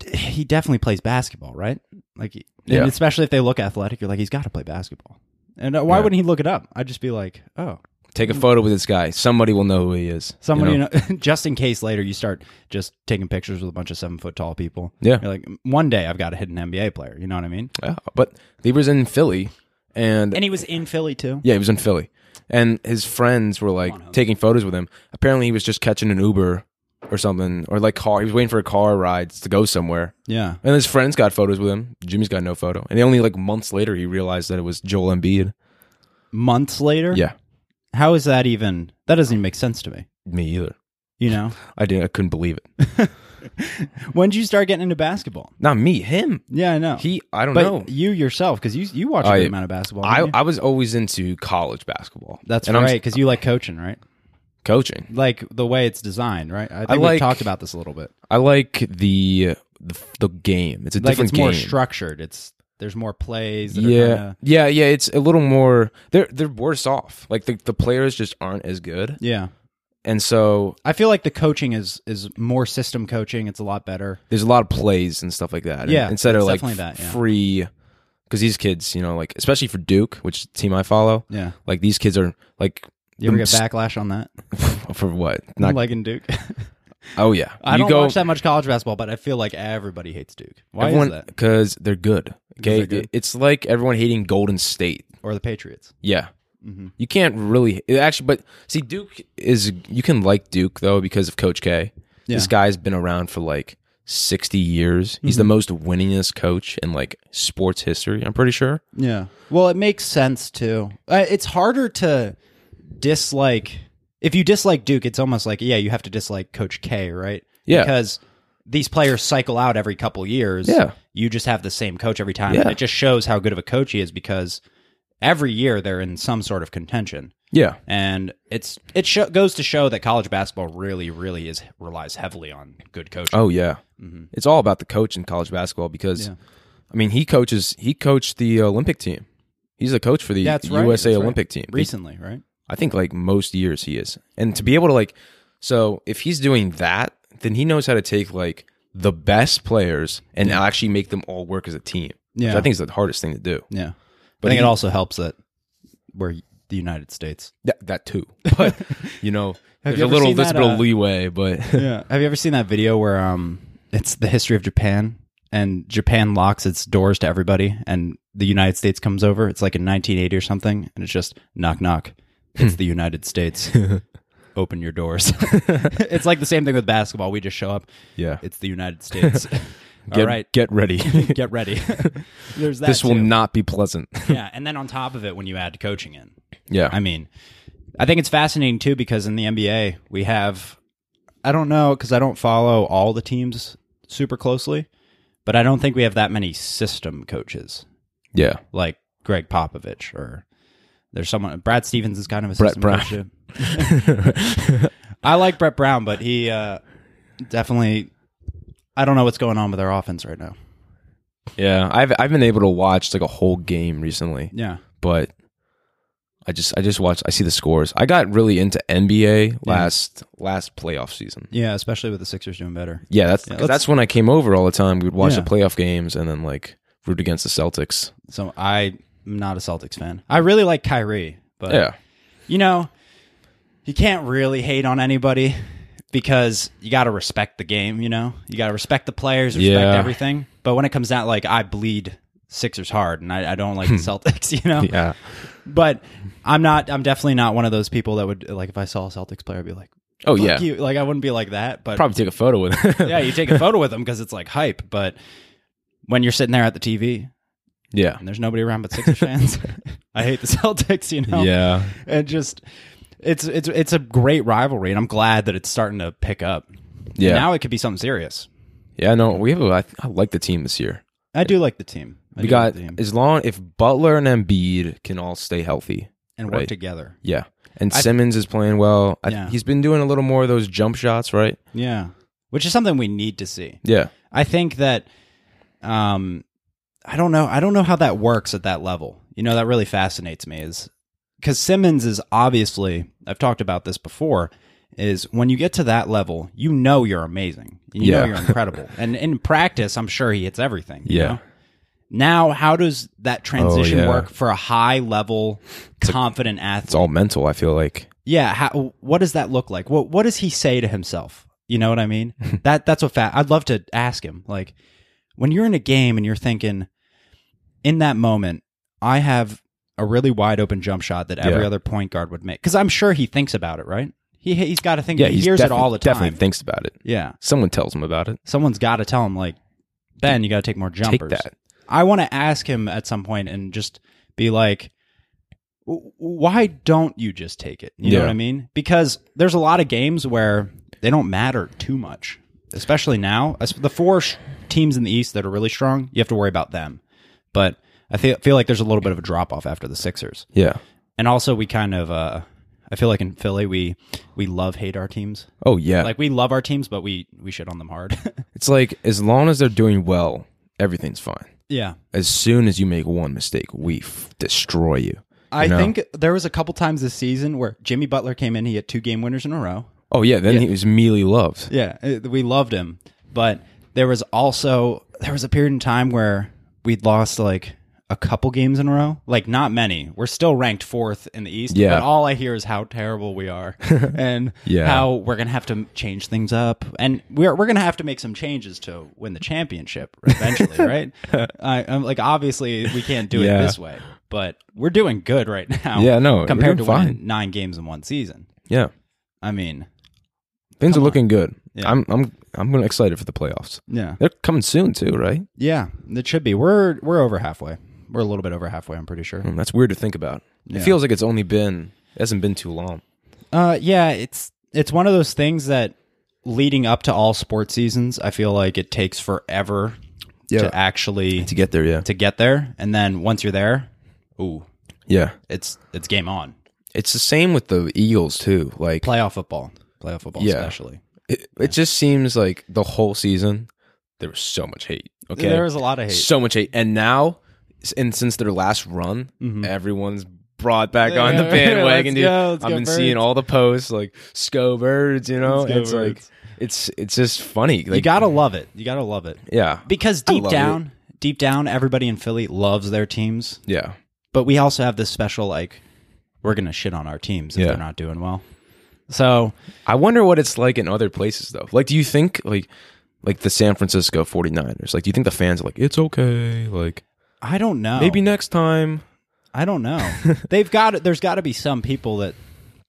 [SPEAKER 1] d- he definitely plays basketball, right? Like, and
[SPEAKER 2] Yeah.
[SPEAKER 1] especially if they look athletic, you're like, he's got to play basketball. And uh, why
[SPEAKER 2] Yeah.
[SPEAKER 1] wouldn't he look it up? I'd just be like, oh,
[SPEAKER 2] Take a photo with this guy. Somebody will know who he is. you
[SPEAKER 1] Somebody,
[SPEAKER 2] know?
[SPEAKER 1] you know, <laughs> just in case later you start just taking pictures with a bunch of seven foot tall people.
[SPEAKER 2] Yeah.
[SPEAKER 1] You're like, one day I've got to hit an NBA player. You know what I mean?
[SPEAKER 2] Yeah, but he was in Philly, and
[SPEAKER 1] And he was in Philly too.
[SPEAKER 2] Yeah, he was in Philly. And his friends were like taking photos with him. Apparently, he was just catching an Uber or something, or like car. He was waiting for a car ride to go somewhere.
[SPEAKER 1] Yeah.
[SPEAKER 2] And his friends got photos with him. Jimmy's got no photo. And only like months later, he realized that it was Joel Embiid.
[SPEAKER 1] Months later.
[SPEAKER 2] Yeah,
[SPEAKER 1] How is that even? That doesn't even make sense to me.
[SPEAKER 2] me either.
[SPEAKER 1] You
[SPEAKER 2] <laughs>
[SPEAKER 1] know?
[SPEAKER 2] I didn't. I couldn't believe it.
[SPEAKER 1] when did you start getting into basketball?
[SPEAKER 2] Not me. Him.
[SPEAKER 1] Yeah, I know.
[SPEAKER 2] He. I don't
[SPEAKER 1] but
[SPEAKER 2] know.
[SPEAKER 1] you yourself, because you you watch a
[SPEAKER 2] I-
[SPEAKER 1] great amount of basketball.
[SPEAKER 2] I,
[SPEAKER 1] don't you?
[SPEAKER 2] I was always into college basketball.
[SPEAKER 1] That's
[SPEAKER 2] and
[SPEAKER 1] right,
[SPEAKER 2] I'm s-
[SPEAKER 1] because you like coaching, right?
[SPEAKER 2] coaching.
[SPEAKER 1] Like the way it's designed, right? I think
[SPEAKER 2] I
[SPEAKER 1] we
[SPEAKER 2] like-
[SPEAKER 1] talked about this a little bit.
[SPEAKER 2] I like the the, the game. It's a
[SPEAKER 1] Like
[SPEAKER 2] different
[SPEAKER 1] it's more
[SPEAKER 2] game.
[SPEAKER 1] structured. It's there's more plays. That
[SPEAKER 2] yeah
[SPEAKER 1] Are kinda,
[SPEAKER 2] yeah yeah it's a little more they're they're worse off like the, the players just aren't as good
[SPEAKER 1] yeah.
[SPEAKER 2] and so
[SPEAKER 1] I feel like the coaching is is more system coaching. It's a lot better.
[SPEAKER 2] there's a lot of plays and stuff like that And
[SPEAKER 1] Yeah,
[SPEAKER 2] instead of
[SPEAKER 1] it's
[SPEAKER 2] like
[SPEAKER 1] definitely that, yeah.
[SPEAKER 2] free because these kids you know like especially for duke which is the team i follow
[SPEAKER 1] Yeah.
[SPEAKER 2] like these kids are like <laughs>
[SPEAKER 1] You ever
[SPEAKER 2] them
[SPEAKER 1] get backlash on that?
[SPEAKER 2] s- for what not
[SPEAKER 1] like in Duke. <laughs>
[SPEAKER 2] oh yeah
[SPEAKER 1] I
[SPEAKER 2] you
[SPEAKER 1] don't
[SPEAKER 2] go
[SPEAKER 1] watch that much college basketball, but I feel like everybody hates Duke. Why is that?
[SPEAKER 2] because they're good okay
[SPEAKER 1] they're good.
[SPEAKER 2] it's like everyone hating golden state
[SPEAKER 1] Or the Patriots.
[SPEAKER 2] Yeah.
[SPEAKER 1] Mm-hmm.
[SPEAKER 2] You can't really it actually, but see, Duke is you can like Duke though because of Coach K. This guy's been around for like sixty years. He's
[SPEAKER 1] Mm-hmm.
[SPEAKER 2] the most winningest coach in like sports history. I'm pretty sure.
[SPEAKER 1] Yeah. Well, it makes sense too. Uh, it's harder to dislike if you dislike Duke, it's almost like yeah, you have to dislike Coach K, right?
[SPEAKER 2] Yeah.
[SPEAKER 1] because these players cycle out every couple years.
[SPEAKER 2] Yeah.
[SPEAKER 1] you just have the same coach every time, and
[SPEAKER 2] Yeah.
[SPEAKER 1] it just shows how good of a coach he is because every year they're in some sort of contention.
[SPEAKER 2] Yeah.
[SPEAKER 1] And it's it sho goes to show that college basketball really, really is relies heavily on good coaching.
[SPEAKER 2] Oh yeah,
[SPEAKER 1] Mm-hmm.
[SPEAKER 2] it's all about the coach in college basketball because, I mean, he coaches. He coached the Olympic team. He's a coach for the
[SPEAKER 1] That's right,
[SPEAKER 2] USA
[SPEAKER 1] that's right.
[SPEAKER 2] Olympic team.
[SPEAKER 1] Recently, right?
[SPEAKER 2] I think like most years he is, and to be able to like, so if he's doing that, then he knows how to take like the best players and actually make them all work as a team. which
[SPEAKER 1] Yeah.
[SPEAKER 2] I think is the hardest thing to do.
[SPEAKER 1] Yeah.
[SPEAKER 2] But
[SPEAKER 1] I think
[SPEAKER 2] he-
[SPEAKER 1] it also helps that we're the United States.
[SPEAKER 2] That,
[SPEAKER 1] <laughs>
[SPEAKER 2] that too, but you know, there's
[SPEAKER 1] you
[SPEAKER 2] a
[SPEAKER 1] ever
[SPEAKER 2] little
[SPEAKER 1] seen
[SPEAKER 2] there's a
[SPEAKER 1] that,
[SPEAKER 2] bit of
[SPEAKER 1] uh, <laughs>
[SPEAKER 2] leeway, but
[SPEAKER 1] Yeah. Have you ever seen that video where um it's the history of Japan and Japan locks its doors to everybody and the United States comes over? It's like in 1980 or something and it's just knock knock. It's the United States. Open your doors. <laughs> it's like the same thing with basketball. We just show up.
[SPEAKER 2] yeah,
[SPEAKER 1] It's the United States. <laughs>
[SPEAKER 2] get,
[SPEAKER 1] All right. <laughs>
[SPEAKER 2] get ready.
[SPEAKER 1] Get ready. There's that.
[SPEAKER 2] this will
[SPEAKER 1] too.
[SPEAKER 2] not be pleasant. <laughs>
[SPEAKER 1] yeah, and then on top of it when you add coaching in.
[SPEAKER 2] yeah,
[SPEAKER 1] I mean, I think it's fascinating too because in the NBA we have, I don't know because I don't follow all the teams super closely, but I don't think we have that many system coaches
[SPEAKER 2] yeah,
[SPEAKER 1] like Greg Popovich or there's someone Brad Stevens is kind of a
[SPEAKER 2] Brett
[SPEAKER 1] system
[SPEAKER 2] Brown.
[SPEAKER 1] coach. yeah. <laughs> I like Brett Brown, but he uh, definitely. I don't know what's going on with our offense right now.
[SPEAKER 2] yeah. I've I've been able to watch like a whole game recently.
[SPEAKER 1] Yeah,
[SPEAKER 2] but I just I just watch I see the scores. I got really into NBA last last playoff season.
[SPEAKER 1] yeah, especially with the Sixers doing better.
[SPEAKER 2] Yeah, that's 'cause
[SPEAKER 1] let's-
[SPEAKER 2] that's when I came over all the time. We would watch
[SPEAKER 1] Yeah.
[SPEAKER 2] the playoff games and then like root against the Celtics.
[SPEAKER 1] So I'm not a Celtics fan. I really like Kyrie, but
[SPEAKER 2] Yeah.
[SPEAKER 1] you know, you can't really hate on anybody because you got to respect the game, you know? You got to respect the players, respect
[SPEAKER 2] Yeah.
[SPEAKER 1] everything. But when it comes down, like, I bleed Sixers hard and I, I don't
[SPEAKER 2] <laughs>
[SPEAKER 1] like the Celtics, you know?
[SPEAKER 2] <laughs> Yeah.
[SPEAKER 1] But I'm not, I'm definitely not one of those people that would, like, if I saw a Celtics player, I'd be like,
[SPEAKER 2] Oh
[SPEAKER 1] fuck
[SPEAKER 2] yeah.
[SPEAKER 1] you. Like, I wouldn't be like that, but
[SPEAKER 2] Probably take a photo with
[SPEAKER 1] <laughs>
[SPEAKER 2] it.
[SPEAKER 1] yeah, you take a photo with them because it's like hype. But when you're sitting there at the TV
[SPEAKER 2] <laughs> yeah.
[SPEAKER 1] and there's nobody around but Sixers
[SPEAKER 2] <laughs>
[SPEAKER 1] fans, I hate the Celtics, you know?
[SPEAKER 2] Yeah.
[SPEAKER 1] and just it's it's it's a great rivalry, and I'm glad that it's starting to pick up.
[SPEAKER 2] Yeah.
[SPEAKER 1] now it could be something serious.
[SPEAKER 2] Yeah, no, we have a I, I like the team this year.
[SPEAKER 1] I do like the team. I
[SPEAKER 2] We
[SPEAKER 1] do like
[SPEAKER 2] got
[SPEAKER 1] the team.
[SPEAKER 2] as long if Butler and Embiid can all stay healthy.
[SPEAKER 1] and work
[SPEAKER 2] right.
[SPEAKER 1] together.
[SPEAKER 2] Yeah. And Simmons is playing well. I,
[SPEAKER 1] Yeah.
[SPEAKER 2] He's been doing a little more of those jump shots, right?
[SPEAKER 1] Yeah, which is something we need to see.
[SPEAKER 2] Yeah.
[SPEAKER 1] I think that, um, I don't know. I don't know how that works at that level. You know, that really fascinates me is because Simmons is obviously. I've talked about this before. Is when you get to that level, you know you're amazing. You know
[SPEAKER 2] Yeah.
[SPEAKER 1] you're
[SPEAKER 2] <laughs>
[SPEAKER 1] incredible. and in practice, I'm sure he hits everything. you
[SPEAKER 2] Yeah. Oh,
[SPEAKER 1] know? Now, how does that transition
[SPEAKER 2] yeah.
[SPEAKER 1] work for a high level, confident
[SPEAKER 2] It's
[SPEAKER 1] athlete?
[SPEAKER 2] all mental, I feel like.
[SPEAKER 1] Yeah, how, what does that look like? What What does he say to himself? You know what I
[SPEAKER 2] <laughs>
[SPEAKER 1] mean? that That's what fat. I'd love to ask him. Like, when you're in a game and you're thinking, in that moment, I have a really wide open jump shot that every
[SPEAKER 2] Yeah.
[SPEAKER 1] other point guard would make. Because I'm sure he thinks about it, right? He he's got to think.
[SPEAKER 2] Yeah,
[SPEAKER 1] he
[SPEAKER 2] he's
[SPEAKER 1] hears it
[SPEAKER 2] defi-
[SPEAKER 1] all the time.
[SPEAKER 2] Definitely thinks about it.
[SPEAKER 1] yeah,
[SPEAKER 2] Someone tells him about it.
[SPEAKER 1] someone's got to tell him like, Ben, you got to take more jumpers.
[SPEAKER 2] Take that.
[SPEAKER 1] I want to ask him at some point and just be like, "W- why don't you just take it? You know
[SPEAKER 2] Yeah.
[SPEAKER 1] what I mean? Because there's a lot of games where they don't matter too much, especially now. As the four sh- teams in the East that are really strong, you have to worry about them. But I feel, feel like there's a little bit of a drop off after the Sixers.
[SPEAKER 2] Yeah.
[SPEAKER 1] And also, we kind of, uh, I feel like in Philly, we, we love hate our teams.
[SPEAKER 2] Oh yeah.
[SPEAKER 1] Like we love our teams, but we, we shit on them hard. <laughs>
[SPEAKER 2] it's like as long as they're doing well, everything's fine.
[SPEAKER 1] yeah.
[SPEAKER 2] As soon as you make one mistake, we f- destroy you.
[SPEAKER 1] I
[SPEAKER 2] you know?
[SPEAKER 1] think there was a couple times this season where Jimmy Butler came in, he had two game winners in a row.
[SPEAKER 2] Oh yeah. Then he was immediately loved.
[SPEAKER 1] Yeah, it- we loved him, but there was also there was a period in time where we'd lost like a couple games in a row, like not many. We're still ranked fourth in the East,
[SPEAKER 2] Yeah.
[SPEAKER 1] but all I hear is how terrible we
[SPEAKER 2] <laughs>
[SPEAKER 1] are and
[SPEAKER 2] Yeah.
[SPEAKER 1] how we're gonna have to change things up, and we're we're gonna have to make some changes to win the championship
[SPEAKER 2] <laughs>
[SPEAKER 1] eventually, right? I, I'm like, obviously, we can't do
[SPEAKER 2] Yeah.
[SPEAKER 1] it this way, but we're doing good right now.
[SPEAKER 2] Yeah, no, we're
[SPEAKER 1] compared to
[SPEAKER 2] doing
[SPEAKER 1] winning nine games in one season.
[SPEAKER 2] Yeah.
[SPEAKER 1] I mean,
[SPEAKER 2] Things are looking good.
[SPEAKER 1] Yeah.
[SPEAKER 2] I'm I'm I'm gonna excited for the playoffs.
[SPEAKER 1] yeah.
[SPEAKER 2] They're coming soon too, right?
[SPEAKER 1] Yeah, it should be. We're we're over halfway. We're a little bit over halfway. I'm pretty sure.
[SPEAKER 2] Mm, That's weird to think about. It feels like it's only been it hasn't been too long.
[SPEAKER 1] Uh, yeah, it's it's one of those things that leading up to all sports seasons, I feel like it takes forever
[SPEAKER 2] Yeah.
[SPEAKER 1] to actually
[SPEAKER 2] to get there. Yeah,
[SPEAKER 1] to get there, and then once you're there, ooh,
[SPEAKER 2] yeah.
[SPEAKER 1] it's it's game on.
[SPEAKER 2] It's the same with the Eagles too. Like
[SPEAKER 1] Playoff football, playoff football,
[SPEAKER 2] Yeah.
[SPEAKER 1] especially.
[SPEAKER 2] it, it just seems like the whole season there was so much hate. Okay,
[SPEAKER 1] There was a lot of hate.
[SPEAKER 2] so much hate, and now s- and since their last run, everyone's brought back
[SPEAKER 1] <laughs>
[SPEAKER 2] on the
[SPEAKER 1] Mm-hmm. Yeah, let's
[SPEAKER 2] bandwagon. dude,
[SPEAKER 1] go, let's
[SPEAKER 2] I've
[SPEAKER 1] go
[SPEAKER 2] been seeing
[SPEAKER 1] birds.
[SPEAKER 2] all the posts like "Sco Birds," you know.
[SPEAKER 1] Let's go
[SPEAKER 2] It's
[SPEAKER 1] birds.
[SPEAKER 2] like it's it's just funny. Like,
[SPEAKER 1] you gotta love it. You gotta love it
[SPEAKER 2] yeah,
[SPEAKER 1] because
[SPEAKER 2] I
[SPEAKER 1] deep
[SPEAKER 2] love
[SPEAKER 1] down, deep down, everybody in Philly loves their teams.
[SPEAKER 2] yeah.
[SPEAKER 1] but we also have this special like we're gonna shit on our teams if
[SPEAKER 2] Yeah.
[SPEAKER 1] they're not doing well. So
[SPEAKER 2] I wonder what it's like in other places though. Like, do you think like like the San Francisco 49ers? Like, do you think the fans are like, it's okay, like
[SPEAKER 1] I don't know.
[SPEAKER 2] maybe next time?
[SPEAKER 1] I don't know.
[SPEAKER 2] <laughs>
[SPEAKER 1] They've got there's got to be some people that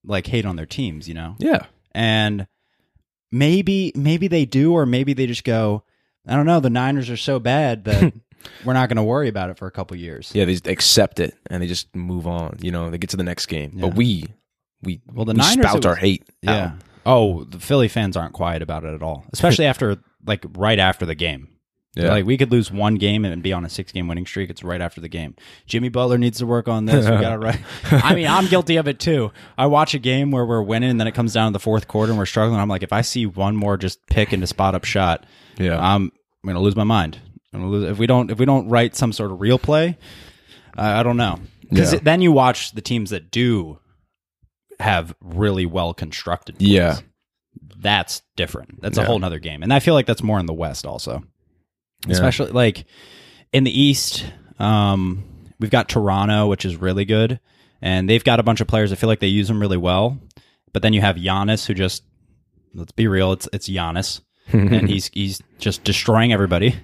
[SPEAKER 1] like hate on their teams, you know,
[SPEAKER 2] Yeah.
[SPEAKER 1] and maybe maybe they do, or maybe they just go. I don't know. The Niners are so bad
[SPEAKER 2] <laughs>
[SPEAKER 1] that we're not going to worry about it for a couple years.
[SPEAKER 2] Yeah, they just accept it and they just move on. You know, they get to the next game. But
[SPEAKER 1] Yeah.
[SPEAKER 2] we we
[SPEAKER 1] Well, the
[SPEAKER 2] we
[SPEAKER 1] Niners,
[SPEAKER 2] spout
[SPEAKER 1] it
[SPEAKER 2] our
[SPEAKER 1] was-
[SPEAKER 2] hate.
[SPEAKER 1] Yeah.
[SPEAKER 2] out.
[SPEAKER 1] Oh, the Philly fans aren't quiet about it at all, especially after like right after the game.
[SPEAKER 2] Yeah.
[SPEAKER 1] Like we could lose one game and be on a six-game winning streak. It's right after the game. Jimmy Butler needs to work on this. We got to right. I mean, I'm guilty of it too. I watch a game where we're winning, and then it comes down to the fourth quarter and we're struggling. I'm like, if I see one more just pick into spot up shot,
[SPEAKER 2] Yeah.
[SPEAKER 1] I'm gonna lose my mind. I'm gonna lose if we don't if we don't write some sort of real play. I I don't know because
[SPEAKER 2] Yeah.
[SPEAKER 1] then you watch the teams that do have really well constructed. plays.
[SPEAKER 2] Yeah.
[SPEAKER 1] that's different. That's a
[SPEAKER 2] Yeah.
[SPEAKER 1] whole nother game, and I feel like that's more in the West also, especially like in the East. Um, we've got Toronto, which is really good, and they've got a bunch of players. I feel like they use them really well, but then you have Giannis, who just let's be real, it's it's
[SPEAKER 2] <laughs>
[SPEAKER 1] Giannis, and he's he's just destroying everybody.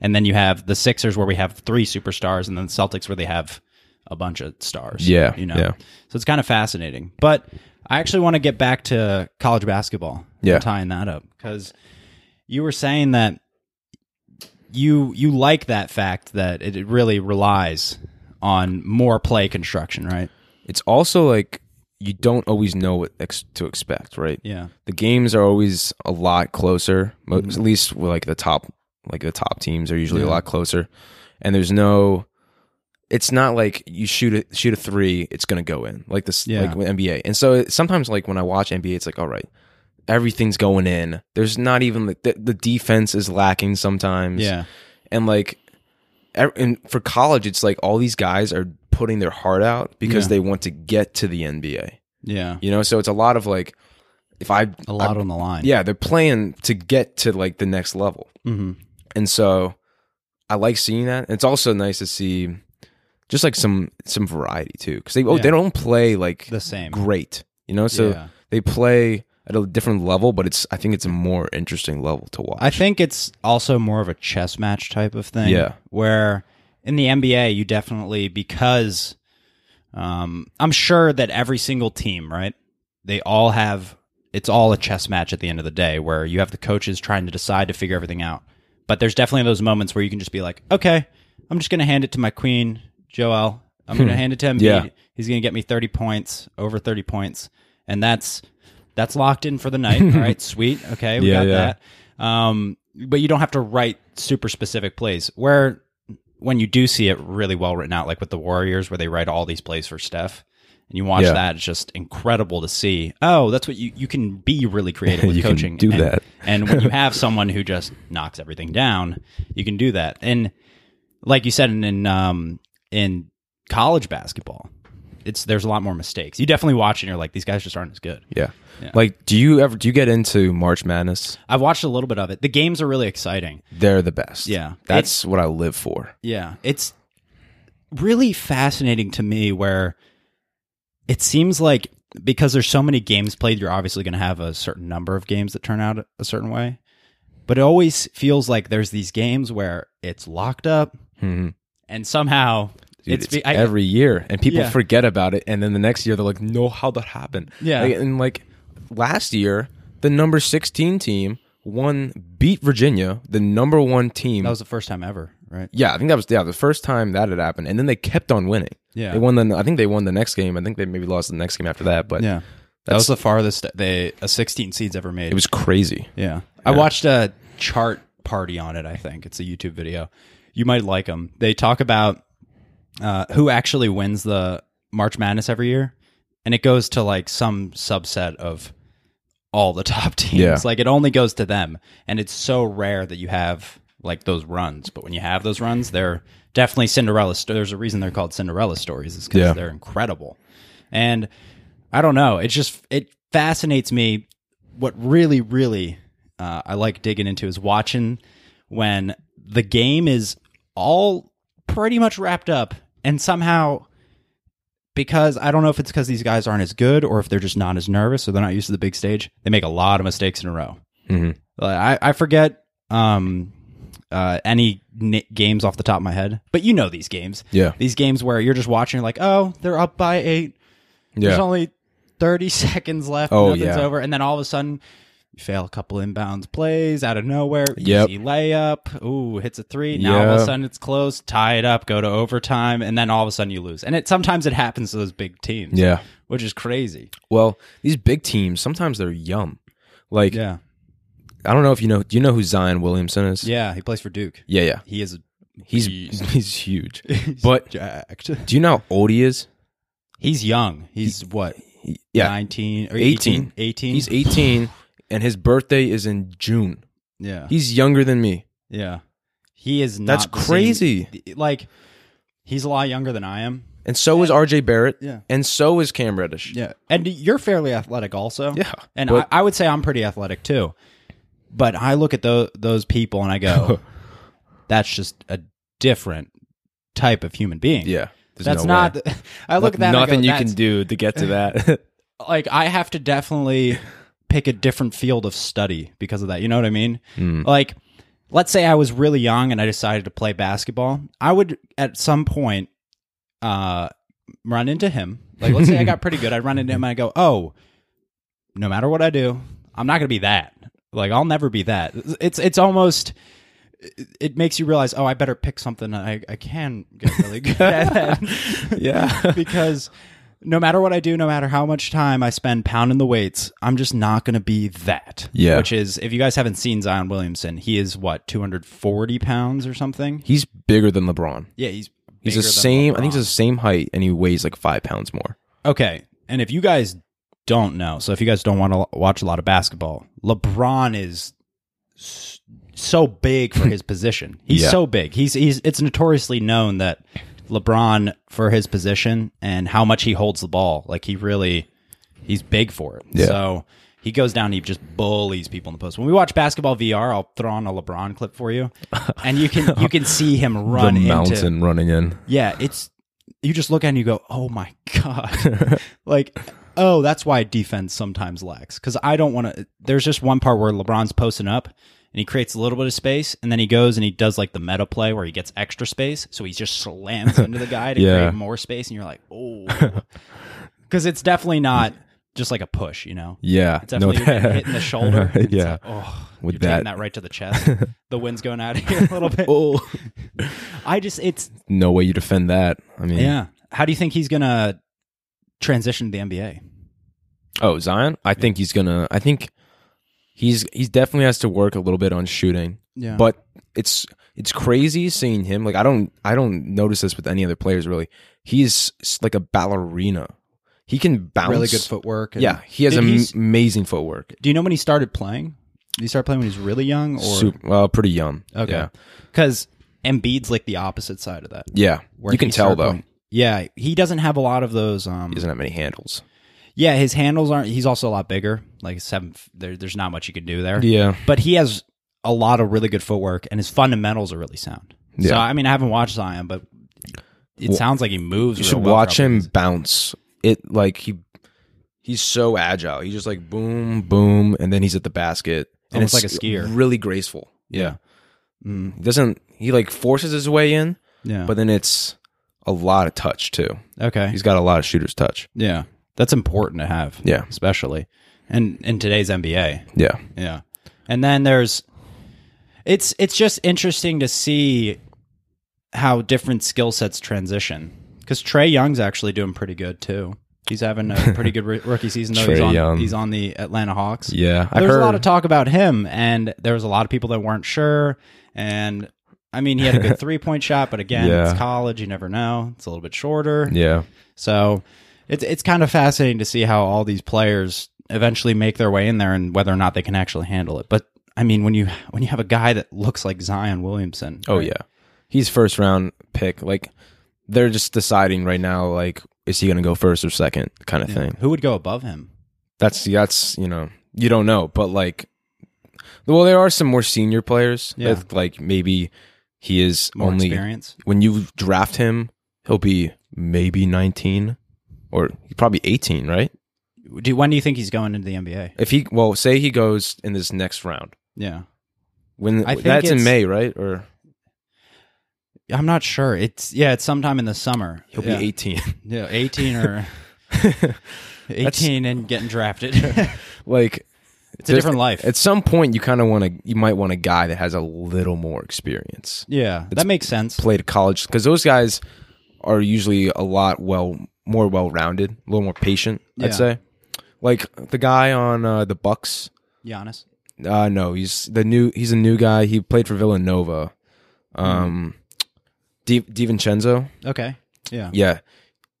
[SPEAKER 1] And then you have the Sixers where we have three superstars, and then the Celtics where they have a bunch of stars.
[SPEAKER 2] Yeah,
[SPEAKER 1] you know.
[SPEAKER 2] yeah.
[SPEAKER 1] So it's kind of fascinating. But I actually want to get back to college basketball.
[SPEAKER 2] Yeah.
[SPEAKER 1] and tying that up because you were saying that you you like that fact that it it really relies on more play construction, right?
[SPEAKER 2] It's also like you don't always know what ex- to expect, right?
[SPEAKER 1] Yeah.
[SPEAKER 2] the games are always a lot closer. Mo
[SPEAKER 1] Mm-hmm.
[SPEAKER 2] At least with like the top, like the top teams are usually a lot closer. And there's no, it's not like you shoot a shoot a three, it's gonna go in like this,
[SPEAKER 1] Yeah.
[SPEAKER 2] like with NBA. And so it, sometimes like when I watch NBA, it's like all right, everything's going in. There's not even like the, the defense is lacking sometimes.
[SPEAKER 1] Yeah.
[SPEAKER 2] and like, ev- and for college, it's like all these guys are putting their heart out because
[SPEAKER 1] Yeah.
[SPEAKER 2] they want to get to the NBA.
[SPEAKER 1] Yeah.
[SPEAKER 2] You know, so it's a lot of like. If I
[SPEAKER 1] A lot on the line.
[SPEAKER 2] yeah, they're playing to get to like the next level.
[SPEAKER 1] Mm-hmm.
[SPEAKER 2] And so I like seeing that. It's also nice to see just like some some variety too cuz they oh,
[SPEAKER 1] Yeah.
[SPEAKER 2] they don't play like
[SPEAKER 1] The same.
[SPEAKER 2] great. You know, so
[SPEAKER 1] Yeah.
[SPEAKER 2] they play at a different level, but it's I think it's a more interesting level to watch.
[SPEAKER 1] I think it's also more of a chess match type of thing.
[SPEAKER 2] Yeah.
[SPEAKER 1] Where in the NBA, you definitely, because um, I'm sure that every single team, right? They all have, it's all a chess match at the end of the day where you have the coaches trying to decide to figure everything out. But there's definitely those moments where you can just be like, okay, I'm just going to hand it to my queen, Joel. I'm going to hand it to him.
[SPEAKER 2] Hmm. Yeah.
[SPEAKER 1] He's going to get me 30 points, over 30 points. And that's that's locked in for the
[SPEAKER 2] <laughs>
[SPEAKER 1] night. All right, sweet. Okay, we
[SPEAKER 2] Yeah,
[SPEAKER 1] got
[SPEAKER 2] yeah.
[SPEAKER 1] that. Um, but you don't have to write super specific plays. Where when you do see it really well written out, like with the Warriors, where they write all these plays for Steph, and you watch
[SPEAKER 2] Yeah.
[SPEAKER 1] that, it's just incredible to see. Oh, that's what you you can be really
[SPEAKER 2] <laughs>
[SPEAKER 1] creative with
[SPEAKER 2] You can
[SPEAKER 1] coaching.
[SPEAKER 2] do
[SPEAKER 1] and,
[SPEAKER 2] that.
[SPEAKER 1] and when you
[SPEAKER 2] <laughs>
[SPEAKER 1] have someone who just knocks everything down, you can do that. And like you said, in, in um in college basketball, it's there's a lot more mistakes. You definitely watch and you're like, these guys just aren't as good.
[SPEAKER 2] yeah. Like do you ever do you get into March Madness?
[SPEAKER 1] I've watched a little bit of it. The games are really exciting.
[SPEAKER 2] They're the best.
[SPEAKER 1] Yeah.
[SPEAKER 2] That's what I live for.
[SPEAKER 1] Yeah. It's really fascinating to me where it seems like because there's so many games played, you're obviously going to have a certain number of games that turn out a certain way. But it always feels like there's these games where it's locked up
[SPEAKER 2] Mhm.
[SPEAKER 1] and somehow
[SPEAKER 2] Dude,
[SPEAKER 1] it's,
[SPEAKER 2] it's,
[SPEAKER 1] be- I-
[SPEAKER 2] every year, and people
[SPEAKER 1] Yeah.
[SPEAKER 2] forget about it, and then the next year they're like, "No, how that happened?"
[SPEAKER 1] Yeah.
[SPEAKER 2] Like, and like last year, the number sixteen team won, beat Virginia, the number one team.
[SPEAKER 1] that was the first time ever, right?
[SPEAKER 2] yeah, I think that was yeah the first time that had happened, and then they kept on winning.
[SPEAKER 1] Yeah.
[SPEAKER 2] they won the. I think they won the next game. I think they maybe lost the next game after that, but
[SPEAKER 1] That was the farthest they a 16 seeds ever made.
[SPEAKER 2] It was crazy.
[SPEAKER 1] Yeah. I watched a chart party on it, I think. It's a YouTube video. You might like them. They talk about uh, who actually wins the March Madness every year, and it goes to like some subset of all the <laughs> top teams.
[SPEAKER 2] Yeah.
[SPEAKER 1] Like it only goes to them, and it's so rare that you have like those runs. But when you have those runs, they're definitely Cinderella. Sto- there's a reason they're called Cinderella stories. Is because
[SPEAKER 2] Yeah.
[SPEAKER 1] they're incredible, and I don't know. It's just it fascinates me. What really, really uh, I like digging into is watching when the game is all pretty much wrapped up, and somehow because I don't know if it's because these guys aren't as good or if they're just not as nervous or they're not used to the big stage, they make a lot of mistakes in a row.
[SPEAKER 2] Mhm.
[SPEAKER 1] Like, I, I forget um, uh, any n- games off the top of my head, but you know these games.
[SPEAKER 2] Yeah.
[SPEAKER 1] These games where you're just watching, you're like, oh, they're up by eight. There's
[SPEAKER 2] Yeah.
[SPEAKER 1] only 30 <laughs> seconds left.
[SPEAKER 2] Oh,
[SPEAKER 1] Nothing's
[SPEAKER 2] yeah.
[SPEAKER 1] over. And then all of a sudden, you fail a couple inbounds plays out of nowhere.
[SPEAKER 2] Yep.
[SPEAKER 1] Easy layup. Ooh, hits a three. Now all of
[SPEAKER 2] Yeah.
[SPEAKER 1] a sudden it's close. Tie it up. Go to overtime. And then all of a sudden you lose. And it sometimes it happens to those big teams.
[SPEAKER 2] Yeah.
[SPEAKER 1] Which is crazy.
[SPEAKER 2] Well, these big teams sometimes they're yum. Like
[SPEAKER 1] Yeah.
[SPEAKER 2] I don't know if you know. Do you know who Zion Williamson is?
[SPEAKER 1] Yeah. He plays for Duke.
[SPEAKER 2] Yeah. Yeah.
[SPEAKER 1] He is a
[SPEAKER 2] He's
[SPEAKER 1] He's-
[SPEAKER 2] <laughs> he's
[SPEAKER 1] <laughs>
[SPEAKER 2] huge. But
[SPEAKER 1] jacked. <laughs>
[SPEAKER 2] do you know how old he is?
[SPEAKER 1] He's young. He's what?
[SPEAKER 2] He- yeah.
[SPEAKER 1] 19 or 18.
[SPEAKER 2] 18.
[SPEAKER 1] 18?
[SPEAKER 2] He's 18 and his birthday is in June.
[SPEAKER 1] yeah.
[SPEAKER 2] He's younger than me.
[SPEAKER 1] yeah. He is not
[SPEAKER 2] That's
[SPEAKER 1] the same-
[SPEAKER 2] crazy.
[SPEAKER 1] like, he's a lot younger than I am.
[SPEAKER 2] And so is RJ Barrett.
[SPEAKER 1] Yeah.
[SPEAKER 2] And so is Cam Reddish.
[SPEAKER 1] Yeah. And you're fairly athletic also.
[SPEAKER 2] Yeah,
[SPEAKER 1] And
[SPEAKER 2] but-
[SPEAKER 1] I, I would say I'm pretty athletic too. But I look at those those people and I
[SPEAKER 2] <laughs>
[SPEAKER 1] go, that's just a different type of human being.
[SPEAKER 2] Yeah. There's
[SPEAKER 1] That's
[SPEAKER 2] no way.
[SPEAKER 1] not <laughs> I look at that
[SPEAKER 2] nothing
[SPEAKER 1] and I go,
[SPEAKER 2] you can
[SPEAKER 1] "That's-
[SPEAKER 2] do
[SPEAKER 1] <laughs>
[SPEAKER 2] to get to that. <laughs>
[SPEAKER 1] like I have to definitely pick a different field of study because of that. You know what I mean?
[SPEAKER 2] Hmm.
[SPEAKER 1] Like, let's say I was really young and I decided to play basketball. I would at some point uh, run into him. Like, let's say I got pretty good. I'd run into him and I go, oh, no matter what I do, I'm not going to be that. Like, I'll never be that. It's it's almost. it- It makes you realize, oh, I better pick something that I, I can get
[SPEAKER 2] <laughs>
[SPEAKER 1] really good at.
[SPEAKER 2] yeah.
[SPEAKER 1] because no matter what I do, no matter how much time I spend pounding the weights, I'm just not going to be that.
[SPEAKER 2] Yeah.
[SPEAKER 1] Which is, if you guys haven't seen Zion Williamson, he is what, 240 pounds or something?
[SPEAKER 2] He's bigger than LeBron.
[SPEAKER 1] Yeah, he's.
[SPEAKER 2] He's
[SPEAKER 1] bigger
[SPEAKER 2] the
[SPEAKER 1] than
[SPEAKER 2] same. I think
[SPEAKER 1] LeBron.
[SPEAKER 2] he's the same height, and he weighs like five pounds more.
[SPEAKER 1] Okay. And if you guys don't know, so if you guys don't want to watch a lot of basketball, LeBron is s- so big
[SPEAKER 2] <laughs>
[SPEAKER 1] for his position. He's
[SPEAKER 2] Yeah.
[SPEAKER 1] so big. He's he's it's notoriously known that LeBron for his position and how much he holds the ball, like he really he's big for it.
[SPEAKER 2] Yeah.
[SPEAKER 1] So he goes down and he just bullies people in the post. When we watch basketball VR, I'll throw on a LeBron clip for you, and you can you can see him run
[SPEAKER 2] <laughs> the
[SPEAKER 1] into
[SPEAKER 2] mountain running in.
[SPEAKER 1] yeah, it's you just look at it and you go, "Oh my <laughs>
[SPEAKER 2] <laughs>
[SPEAKER 1] god!" like, oh, that's why defense sometimes lacks because I don't want to. There's just one part where LeBron's posting up and he creates a little bit of space, and then he goes and he does like the meta play where he gets extra space, so he just slams into the guy to
[SPEAKER 2] <laughs> Yeah.
[SPEAKER 1] create more space, and you're like,
[SPEAKER 2] <laughs>
[SPEAKER 1] "Oh," because it's definitely not just like a push, you
[SPEAKER 2] <laughs>
[SPEAKER 1] know.
[SPEAKER 2] Yeah.
[SPEAKER 1] It's definitely
[SPEAKER 2] no,
[SPEAKER 1] you're
[SPEAKER 2] <laughs>
[SPEAKER 1] getting hit in the shoulder. and it's <laughs>
[SPEAKER 2] Yeah.
[SPEAKER 1] like, oh,
[SPEAKER 2] With
[SPEAKER 1] you're taking
[SPEAKER 2] that-
[SPEAKER 1] that right to the
[SPEAKER 2] <laughs>
[SPEAKER 1] chest. the wind's going out of here a little bit.
[SPEAKER 2] oh,
[SPEAKER 1] I just, it's
[SPEAKER 2] no way you defend that. I mean,
[SPEAKER 1] yeah. How do you think he's going to transition to the NBA?
[SPEAKER 2] Oh, Zion. I think he's gonna. I think he's he's definitely has to work a little bit on shooting.
[SPEAKER 1] Yeah.
[SPEAKER 2] But it's it's crazy seeing him. Like I don't I don't notice this with any other players really. He's s- like a ballerina. He can bounce.
[SPEAKER 1] Really good footwork. and-
[SPEAKER 2] Yeah, he has
[SPEAKER 1] Dude,
[SPEAKER 2] am-
[SPEAKER 1] he's-
[SPEAKER 2] amazing footwork.
[SPEAKER 1] Do you know when he started playing? Did he start playing when he was really young? Or
[SPEAKER 2] Super, well, pretty young.
[SPEAKER 1] okay,
[SPEAKER 2] Yeah,
[SPEAKER 1] because Embiid's like the opposite side of that.
[SPEAKER 2] yeah. you can
[SPEAKER 1] he
[SPEAKER 2] tell
[SPEAKER 1] started
[SPEAKER 2] though.
[SPEAKER 1] playing- Yeah, he doesn't have a lot of those. Um,
[SPEAKER 2] He doesn't have many handles.
[SPEAKER 1] yeah, his handles aren't. He's also a lot bigger. Like seven. f- There, there's not much you can do there.
[SPEAKER 2] Yeah.
[SPEAKER 1] but he has a lot of really good footwork, and his fundamentals are really sound. So
[SPEAKER 2] Yeah.
[SPEAKER 1] I mean, I haven't watched Zion, but it sounds like he moves.
[SPEAKER 2] You should watch him bounce. It like he he's so agile. He just like boom, boom, and then he's at the basket. And
[SPEAKER 1] Almost like a skier.
[SPEAKER 2] Really graceful. Yeah. Mm, He doesn't he like forces his way in,
[SPEAKER 1] Yeah,
[SPEAKER 2] but then it's a lot of touch too.
[SPEAKER 1] okay.
[SPEAKER 2] He's got a lot of shooter's touch.
[SPEAKER 1] Yeah. That's important to have.
[SPEAKER 2] Yeah.
[SPEAKER 1] Especially and in today's NBA.
[SPEAKER 2] Yeah.
[SPEAKER 1] Yeah. And then there's it's it's just interesting to see how different skill sets transition. Because Trey Young's actually doing pretty good too. He's having a pretty good r- rookie season
[SPEAKER 2] <laughs>
[SPEAKER 1] though. He's
[SPEAKER 2] Trey
[SPEAKER 1] on,
[SPEAKER 2] Young.
[SPEAKER 1] he's on the Atlanta Hawks.
[SPEAKER 2] Yeah,
[SPEAKER 1] There was a lot of talk about him, and there was a lot of people that weren't sure. And I mean, he had a
[SPEAKER 2] <laughs>
[SPEAKER 1] good three point shot, but again,
[SPEAKER 2] Yeah.
[SPEAKER 1] it's college. You never know. It's a little bit shorter.
[SPEAKER 2] yeah,
[SPEAKER 1] So it's it's kind of fascinating to see how all these players eventually make their way in there and whether or not they can actually handle it. But I mean, when you when you have a guy that looks like Zion Williamson,
[SPEAKER 2] Oh
[SPEAKER 1] right?
[SPEAKER 2] yeah, he's first round pick. Like they're just deciding right now. Like is he going to go first or second kind of thing.
[SPEAKER 1] who would go above him?
[SPEAKER 2] That's that's you know you don't know, but like well there are some more senior players.
[SPEAKER 1] Yeah.
[SPEAKER 2] that, like maybe he is
[SPEAKER 1] More
[SPEAKER 2] only
[SPEAKER 1] experience.
[SPEAKER 2] when you draft him, he'll be maybe nineteen or probably eighteen, right?
[SPEAKER 1] Do when do you think he's going into the NBA?
[SPEAKER 2] If he well say he goes in this next round.
[SPEAKER 1] Yeah,
[SPEAKER 2] When
[SPEAKER 1] I think
[SPEAKER 2] that's in
[SPEAKER 1] it's-
[SPEAKER 2] May, right? Or
[SPEAKER 1] I'm not sure. It's yeah, it's sometime in the summer.
[SPEAKER 2] he'll
[SPEAKER 1] yeah.
[SPEAKER 2] be eighteen. <laughs>
[SPEAKER 1] Yeah, 18 or 18 and getting
[SPEAKER 2] <laughs>
[SPEAKER 1] drafted. <laughs> it's
[SPEAKER 2] like
[SPEAKER 1] a different life.
[SPEAKER 2] At some point, you kind of want to, you might want a guy that has a little more experience,
[SPEAKER 1] yeah, that makes sense.
[SPEAKER 2] played college, because those guys are usually a lot well, more well rounded, a little more patient,
[SPEAKER 1] Yeah.
[SPEAKER 2] I'd say. Like the guy on uh, the Bucks,
[SPEAKER 1] Giannis.
[SPEAKER 2] uh, no, he's the new, he's a new guy. He played for Villanova. Um, Di- DiVincenzo,
[SPEAKER 1] Okay. Yeah.
[SPEAKER 2] yeah,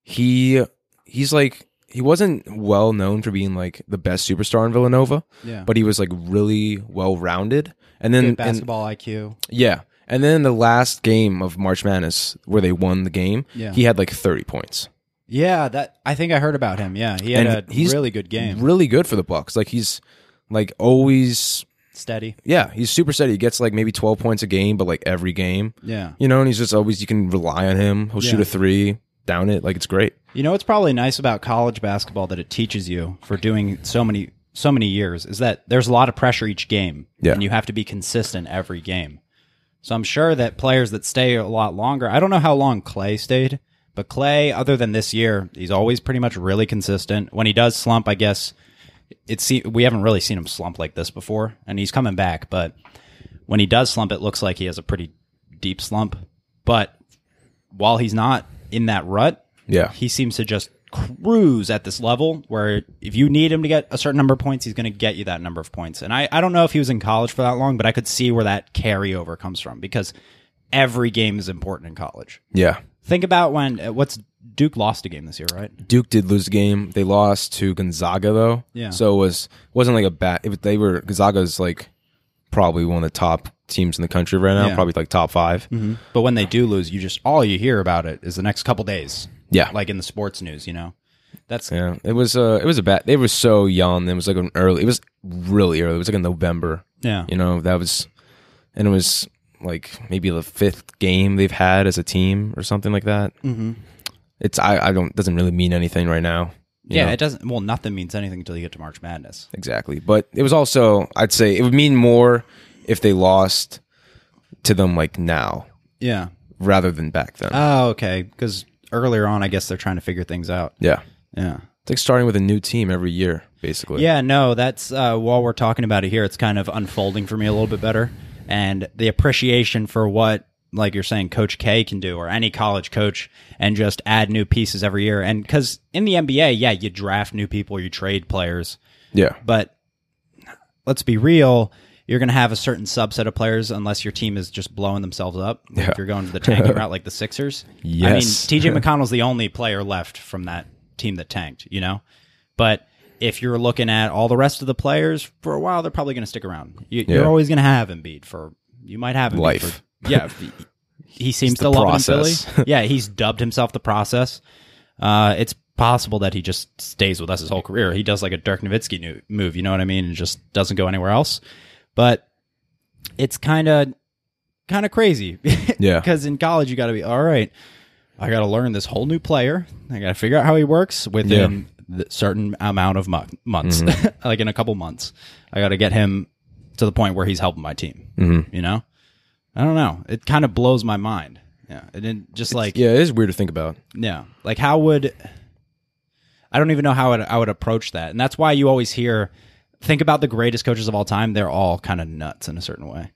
[SPEAKER 2] he he's like he wasn't well known for being like the best superstar in Villanova,
[SPEAKER 1] Yeah.
[SPEAKER 2] but he was like really well rounded. And then
[SPEAKER 1] Good
[SPEAKER 2] in-
[SPEAKER 1] basketball IQ.
[SPEAKER 2] yeah. And then the last game of March Madness where they won the game,
[SPEAKER 1] Yeah.
[SPEAKER 2] he had like 30 points.
[SPEAKER 1] Yeah, that I think I heard about him. Yeah, he had
[SPEAKER 2] And
[SPEAKER 1] a
[SPEAKER 2] he's
[SPEAKER 1] really good game.
[SPEAKER 2] Really good for the Bucks. Like he's like always
[SPEAKER 1] Steady.
[SPEAKER 2] yeah, he's super steady. He gets like maybe 12 points a game, but like every game.
[SPEAKER 1] Yeah.
[SPEAKER 2] You know, and he's just always you can rely on him. He'll shoot
[SPEAKER 1] Yeah.
[SPEAKER 2] a 3, down it, like it's great.
[SPEAKER 1] You know, it's probably nice about college basketball that it teaches you for doing so many so many years is that there's a lot of pressure each game,
[SPEAKER 2] Yeah.
[SPEAKER 1] and you have to be consistent every game. So I'm sure that players that stay a lot longer. I don't know how long Clay stayed, but Clay, other than this year, he's always pretty much really consistent. When he does slump, I guess it's we haven't really seen him slump like this before, and he's coming back. But when he does slump, it looks like he has a pretty deep slump. But while he's not in that rut,
[SPEAKER 2] Yeah.
[SPEAKER 1] he seems to just cruise at this level where if you need him to get a certain number of points, he's going to get you that number of points. And I, I don't know if he was in college for that long, but I could see where that carryover comes from because every game is important in college.
[SPEAKER 2] Yeah.
[SPEAKER 1] Think about when uh, what's Duke lost a game this year, right?
[SPEAKER 2] Duke did lose the game. They lost to Gonzaga though.
[SPEAKER 1] Yeah.
[SPEAKER 2] So it was wasn't like a bad. If they were Gonzaga's like probably one of the top teams in the country right now.
[SPEAKER 1] Yeah. Mm-hmm.
[SPEAKER 2] Probably like top 5
[SPEAKER 1] But when they do lose, you just all you hear about it is the next couple days,
[SPEAKER 2] Yeah.
[SPEAKER 1] like in the sports news, you know. That's
[SPEAKER 2] yeah. It was uh it was a bad. They were so young. It was like an early. It was really early. It was like in November.
[SPEAKER 1] yeah.
[SPEAKER 2] You know that was, and it was like maybe the fifth game they've had as a team or something like that. Mm-hmm. It's I I don't doesn't really mean anything right now. you
[SPEAKER 1] yeah,
[SPEAKER 2] know?
[SPEAKER 1] it doesn't well, nothing means anything until you get to March Madness.
[SPEAKER 2] Exactly. But it was also, I'd say, it would mean more if they lost to them like now
[SPEAKER 1] Yeah.
[SPEAKER 2] rather than back then.
[SPEAKER 1] Oh, okay. Because earlier on, I guess they're trying to figure things out.
[SPEAKER 2] yeah.
[SPEAKER 1] Yeah.
[SPEAKER 2] It's like starting with a new team every year, basically.
[SPEAKER 1] Yeah, no, that's uh, while we're talking about it here, it's kind of unfolding for me a little bit better. And the appreciation for what, like you're saying, Coach K can do or any college coach and just add new pieces every year. And because in the NBA, yeah, you draft new people, you trade players,
[SPEAKER 2] Yeah.
[SPEAKER 1] but let's be real. You're going to have a certain subset of players unless your team is just blowing themselves up. If you're going to the tanking route like the Sixers. I mean,
[SPEAKER 2] Yes. <laughs>
[SPEAKER 1] TJ McConnell's the only player left from that team that tanked, you know? But if you're looking at all the rest of the players, for a while, they're probably going to stick around. You,
[SPEAKER 2] Yeah.
[SPEAKER 1] You're always going to have Embiid for, you might have Embiid
[SPEAKER 2] Life.
[SPEAKER 1] For,
[SPEAKER 2] <laughs>
[SPEAKER 1] yeah. He seems
[SPEAKER 2] the
[SPEAKER 1] to love it in
[SPEAKER 2] process. <laughs>
[SPEAKER 1] Philly. Yeah, he's dubbed himself the process. Uh, it's possible that he just stays with us his whole career. He does like a Dirk Nowitzki new- move, you know what I mean, and just doesn't go anywhere else. But it's kind of kind of crazy. <laughs>
[SPEAKER 2] Yeah.
[SPEAKER 1] Because in college, you got to be all right. I got to learn this whole new player. I got to figure out how he works within the certain amount of mo- months,
[SPEAKER 2] Mm-hmm.
[SPEAKER 1] <laughs> like in a couple months. I got to get him to the point where he's helping my team.
[SPEAKER 2] Mm-hmm.
[SPEAKER 1] You know, I don't know. It kind of blows my mind. Yeah, and then just like
[SPEAKER 2] Yeah, it is weird to think about.
[SPEAKER 1] yeah. Like how would I don't even know how I'd, I would approach that. And that's why you always hear think about the greatest coaches of all time, they're all kind of nuts in a certain way.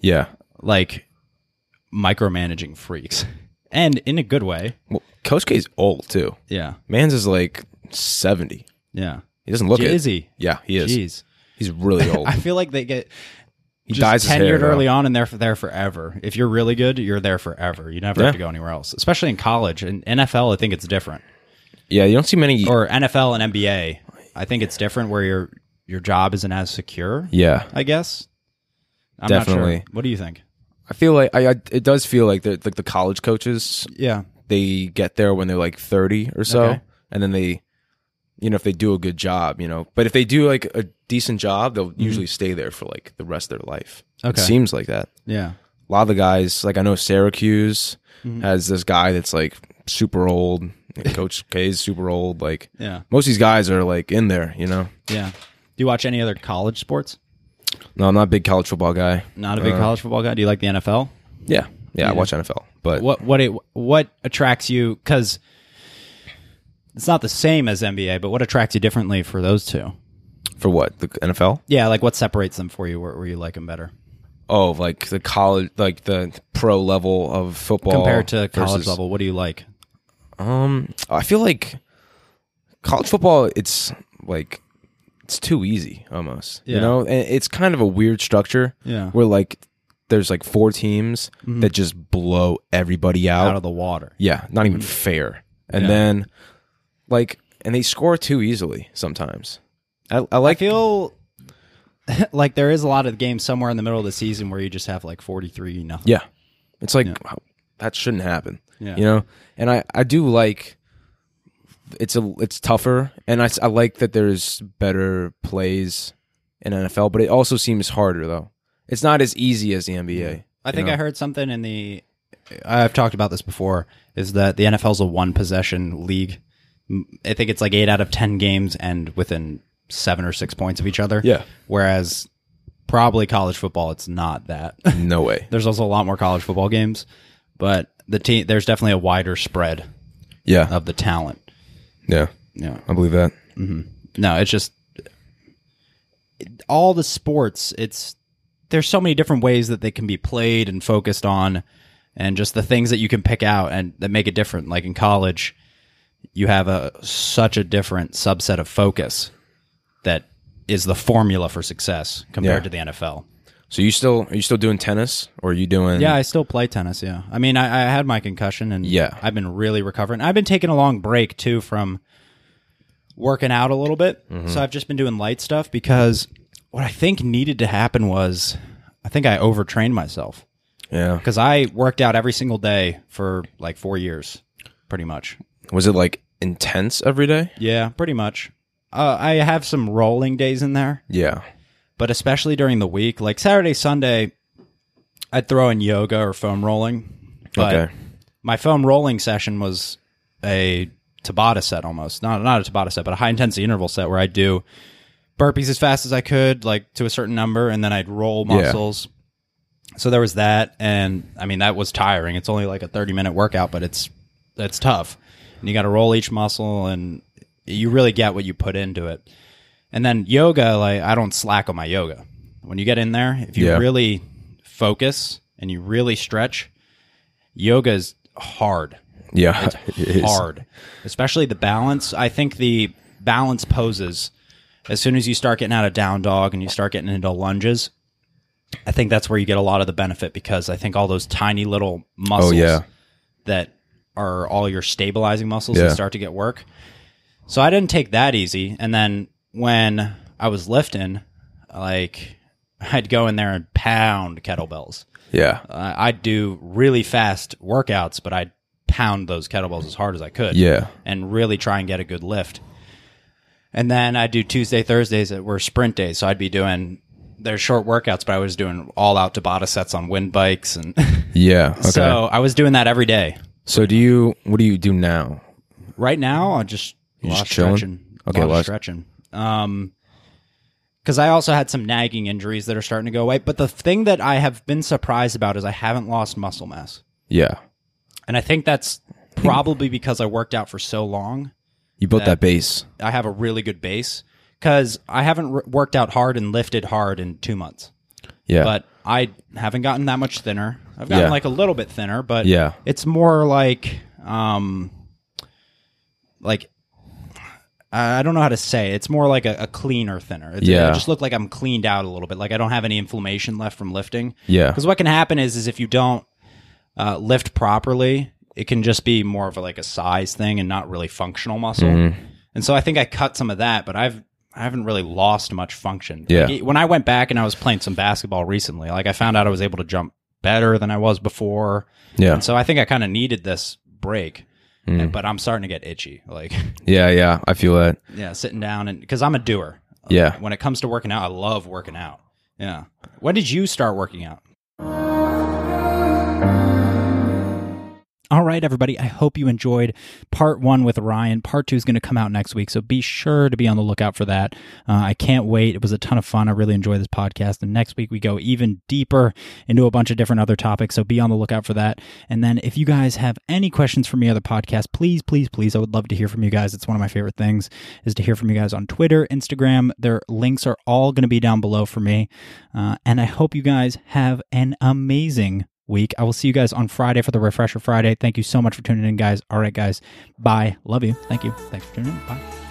[SPEAKER 2] Yeah.
[SPEAKER 1] Like micromanaging freaks. <laughs> And in a good way.
[SPEAKER 2] Well, Coach K's old, too.
[SPEAKER 1] Yeah.
[SPEAKER 2] Mans is like seventy.
[SPEAKER 1] Yeah.
[SPEAKER 2] He doesn't look
[SPEAKER 1] Is
[SPEAKER 2] it.
[SPEAKER 1] he?
[SPEAKER 2] Yeah, he is.
[SPEAKER 1] Jeez.
[SPEAKER 2] He's <laughs> really old.
[SPEAKER 1] I feel like they get
[SPEAKER 2] He
[SPEAKER 1] just
[SPEAKER 2] dyes his hair,
[SPEAKER 1] tenured
[SPEAKER 2] though.
[SPEAKER 1] early on and they're f- there forever. If you're really good, you're there forever. You never
[SPEAKER 2] Yeah.
[SPEAKER 1] have to go anywhere else, especially in college. In NFL, I think it's different.
[SPEAKER 2] yeah, you don't see many.
[SPEAKER 1] Or NFL and NBA, I think it's different where your your job isn't as secure.
[SPEAKER 2] yeah,
[SPEAKER 1] I guess. I'm Not
[SPEAKER 2] Definitely.
[SPEAKER 1] sure. What do you think?
[SPEAKER 2] I feel like I, I it does feel like the like the college coaches
[SPEAKER 1] Yeah.
[SPEAKER 2] they get there when they're like 30 or so
[SPEAKER 1] Okay.
[SPEAKER 2] and then they you know if they do a good job you know but if they do like a decent job they'll usually stay there for like the rest of their life it
[SPEAKER 1] Okay.
[SPEAKER 2] seems like that
[SPEAKER 1] Yeah.
[SPEAKER 2] a lot of the guys like i know syracuse has this guy that's like super old and coach k's super old like
[SPEAKER 1] Yeah.
[SPEAKER 2] most of these guys are like in there you know
[SPEAKER 1] Yeah. Do you watch any other college sports?
[SPEAKER 2] no i'm not a big college football guy
[SPEAKER 1] Not a big college football guy. Do you like the NFL?
[SPEAKER 2] yeah yeah, i watch nfl but
[SPEAKER 1] What what it, what attracts you? Because it's not the same as NBA, but what attracts you differently for those two?
[SPEAKER 2] for what the nfl
[SPEAKER 1] Yeah, like what separates them for you? Where, where you like them better
[SPEAKER 2] oh like the college like the pro level of football
[SPEAKER 1] compared to college
[SPEAKER 2] versus-
[SPEAKER 1] level? What do you like?
[SPEAKER 2] Um, I feel like college football. It's like it's too easy almost. You
[SPEAKER 1] Yeah.
[SPEAKER 2] know, and it's kind of a weird structure.
[SPEAKER 1] Yeah. Mm-hmm.
[SPEAKER 2] where like there's like four teams that just blow everybody out.
[SPEAKER 1] Out of the water. <laughs>
[SPEAKER 2] yeah, not
[SPEAKER 1] Mm.
[SPEAKER 2] even fair. And then like, and they score too easily sometimes. I, I
[SPEAKER 1] I
[SPEAKER 2] like.
[SPEAKER 1] feel like there is a lot of games somewhere in the middle of the season where you just have like forty three nothing.
[SPEAKER 2] yeah, it's like wow, that shouldn't happen.
[SPEAKER 1] Yeah.
[SPEAKER 2] you know, and I I do like. It's a it's tougher, and I, s- I like that there's better plays in NFL, but it also seems harder though. It's not as easy as the NBA.
[SPEAKER 1] I
[SPEAKER 2] you
[SPEAKER 1] think
[SPEAKER 2] know?
[SPEAKER 1] I heard something in the. I've talked about this before. Is that the NFL's a one possession league? M- I think it's like eight out of ten games end within seven or six points of each other.
[SPEAKER 2] Yeah.
[SPEAKER 1] Whereas probably college football, it's not
[SPEAKER 2] <laughs>
[SPEAKER 1] that.
[SPEAKER 2] no way.
[SPEAKER 1] there's also a lot more college football games, but the team there's definitely a wider spread
[SPEAKER 2] Yeah,
[SPEAKER 1] of the talent.
[SPEAKER 2] yeah,
[SPEAKER 1] Uh, Yeah.
[SPEAKER 2] I believe that.
[SPEAKER 1] No, it's just it- all the sports. It's there's so many different ways that they can be played and focused on, and just the things that you can pick out and that make it different. Like in college, you have a such a different subset of focus that is the formula for success compared
[SPEAKER 2] Yeah.
[SPEAKER 1] to the NFL.
[SPEAKER 2] So you still are you still doing tennis, or are you doing?
[SPEAKER 1] Yeah, I still play tennis. Yeah, I mean, I, I had my concussion, and
[SPEAKER 2] Yeah.
[SPEAKER 1] I've been really recovering. I've been taking a long break too from working out a little bit,
[SPEAKER 2] Mm-hmm.
[SPEAKER 1] so I've just been doing light stuff because what I think needed to happen was I think I overtrained myself
[SPEAKER 2] yeah.
[SPEAKER 1] because I worked out every single day for like four years, pretty much.
[SPEAKER 2] Was it like intense every day?
[SPEAKER 1] Yeah, pretty much. Uh, I have some rolling days in there,
[SPEAKER 2] Yeah,
[SPEAKER 1] but especially during the week, like Saturday, Sunday, I'd throw in yoga or foam rolling. But
[SPEAKER 2] Okay.
[SPEAKER 1] my foam rolling session was a Tabata set almost. Not not a Tabata set, but a high intensity interval set where I'd do burpees as fast as I could, like to a certain number, and then I'd roll
[SPEAKER 2] Yeah.
[SPEAKER 1] muscles. So there was that, and I mean that was tiring. It's only like a thirty minute workout, but it's it's tough, and you got to roll each muscle, and you really get what you put into it. And then yoga, like I don't slack on my yoga. When you get in there, if you
[SPEAKER 2] Yeah.
[SPEAKER 1] really focus and you really stretch, yoga is hard.
[SPEAKER 2] yeah. <laughs> It is.
[SPEAKER 1] Hard. Especially the balance. I think the balance poses, as soon as you start getting out of down dog and you start getting into lunges, I think that's where you get a lot of the benefit because I think all those tiny little muscles
[SPEAKER 2] Oh, yeah.
[SPEAKER 1] that are all your stabilizing muscles
[SPEAKER 2] Yeah.
[SPEAKER 1] that start to get work. So I didn't take that easy. And then when I was lifting, like I'd go in there and pound kettlebells.
[SPEAKER 2] Yeah,
[SPEAKER 1] Uh, I'd do really fast workouts, but I'd pound those kettlebells as hard as I could
[SPEAKER 2] yeah.
[SPEAKER 1] and really try and get a good lift. And then I do Tuesday, Thursdays that were sprint days. So I'd be doing their short workouts, but I was doing all out Tabata sets on wind bikes. And <laughs>
[SPEAKER 2] Yeah. Okay. So,
[SPEAKER 1] so I was doing that every day.
[SPEAKER 2] do you? What do you do now?
[SPEAKER 1] Right now, I just a lot
[SPEAKER 2] just
[SPEAKER 1] of
[SPEAKER 2] chilling?
[SPEAKER 1] stretching.
[SPEAKER 2] Okay,
[SPEAKER 1] a lot
[SPEAKER 2] lot
[SPEAKER 1] of
[SPEAKER 2] of-
[SPEAKER 1] stretching. Um, because I also had some nagging injuries that are starting to go away. But the thing that I have been surprised about is I haven't lost muscle mass,
[SPEAKER 2] Yeah,
[SPEAKER 1] and I think that's probably because I worked out for so long.
[SPEAKER 2] you built that base.
[SPEAKER 1] I have a really good base because I haven't r worked out hard and lifted hard in two months,
[SPEAKER 2] Yeah.
[SPEAKER 1] but I haven't gotten that much thinner. I've gotten
[SPEAKER 2] Yeah.
[SPEAKER 1] like a little bit thinner, but
[SPEAKER 2] Yeah.
[SPEAKER 1] it's more like um like I don't know how to say. it. It's more like a, a cleaner thinner. It's,
[SPEAKER 2] Yeah.
[SPEAKER 1] I just look like I'm cleaned out a little bit. Like I don't have any inflammation left from lifting.
[SPEAKER 2] Yeah.
[SPEAKER 1] Because what can happen is, is if you don't uh, lift properly, it can just be more of like a size thing and not really functional muscle.
[SPEAKER 2] Mm-hmm.
[SPEAKER 1] And so I think I cut some of that, but I've I haven't really lost much function.
[SPEAKER 2] Yeah.
[SPEAKER 1] Like, when I went back and I was playing some basketball recently, like I found out I was able to jump better than I was before.
[SPEAKER 2] Yeah.
[SPEAKER 1] And so I think I kind of needed this break.
[SPEAKER 2] Mm-hmm.
[SPEAKER 1] And- But I'm starting to get itchy. Like <laughs>
[SPEAKER 2] Yeah. Yeah. I feel that.
[SPEAKER 1] yeah, sitting down and because I'm a doer.
[SPEAKER 2] Yeah.
[SPEAKER 1] When it comes to working out, I love working out. Yeah. When did you start working out?
[SPEAKER 4] All right, everybody. I hope you enjoyed part one with Ryan. Part two is going to come out next week, so be sure to be on the lookout for that. Uh, I can't wait. It was a ton of fun. I really enjoy this podcast. And next week, we go even deeper into a bunch of different other topics, so be on the lookout for that. And then if you guys have any questions for me on the podcast, please, please, please, I would love to hear from you guys. It's one of my favorite things is to hear from you guys on Twitter, Instagram. Their links are all going to be down below for me. Uh, and I hope you guys have an amazing week. I will see you guys on Friday for the Refresher Friday. Thank you so much for tuning in, guys. All right, guys. Bye. Love you. Thank you. Thanks for tuning in. Bye.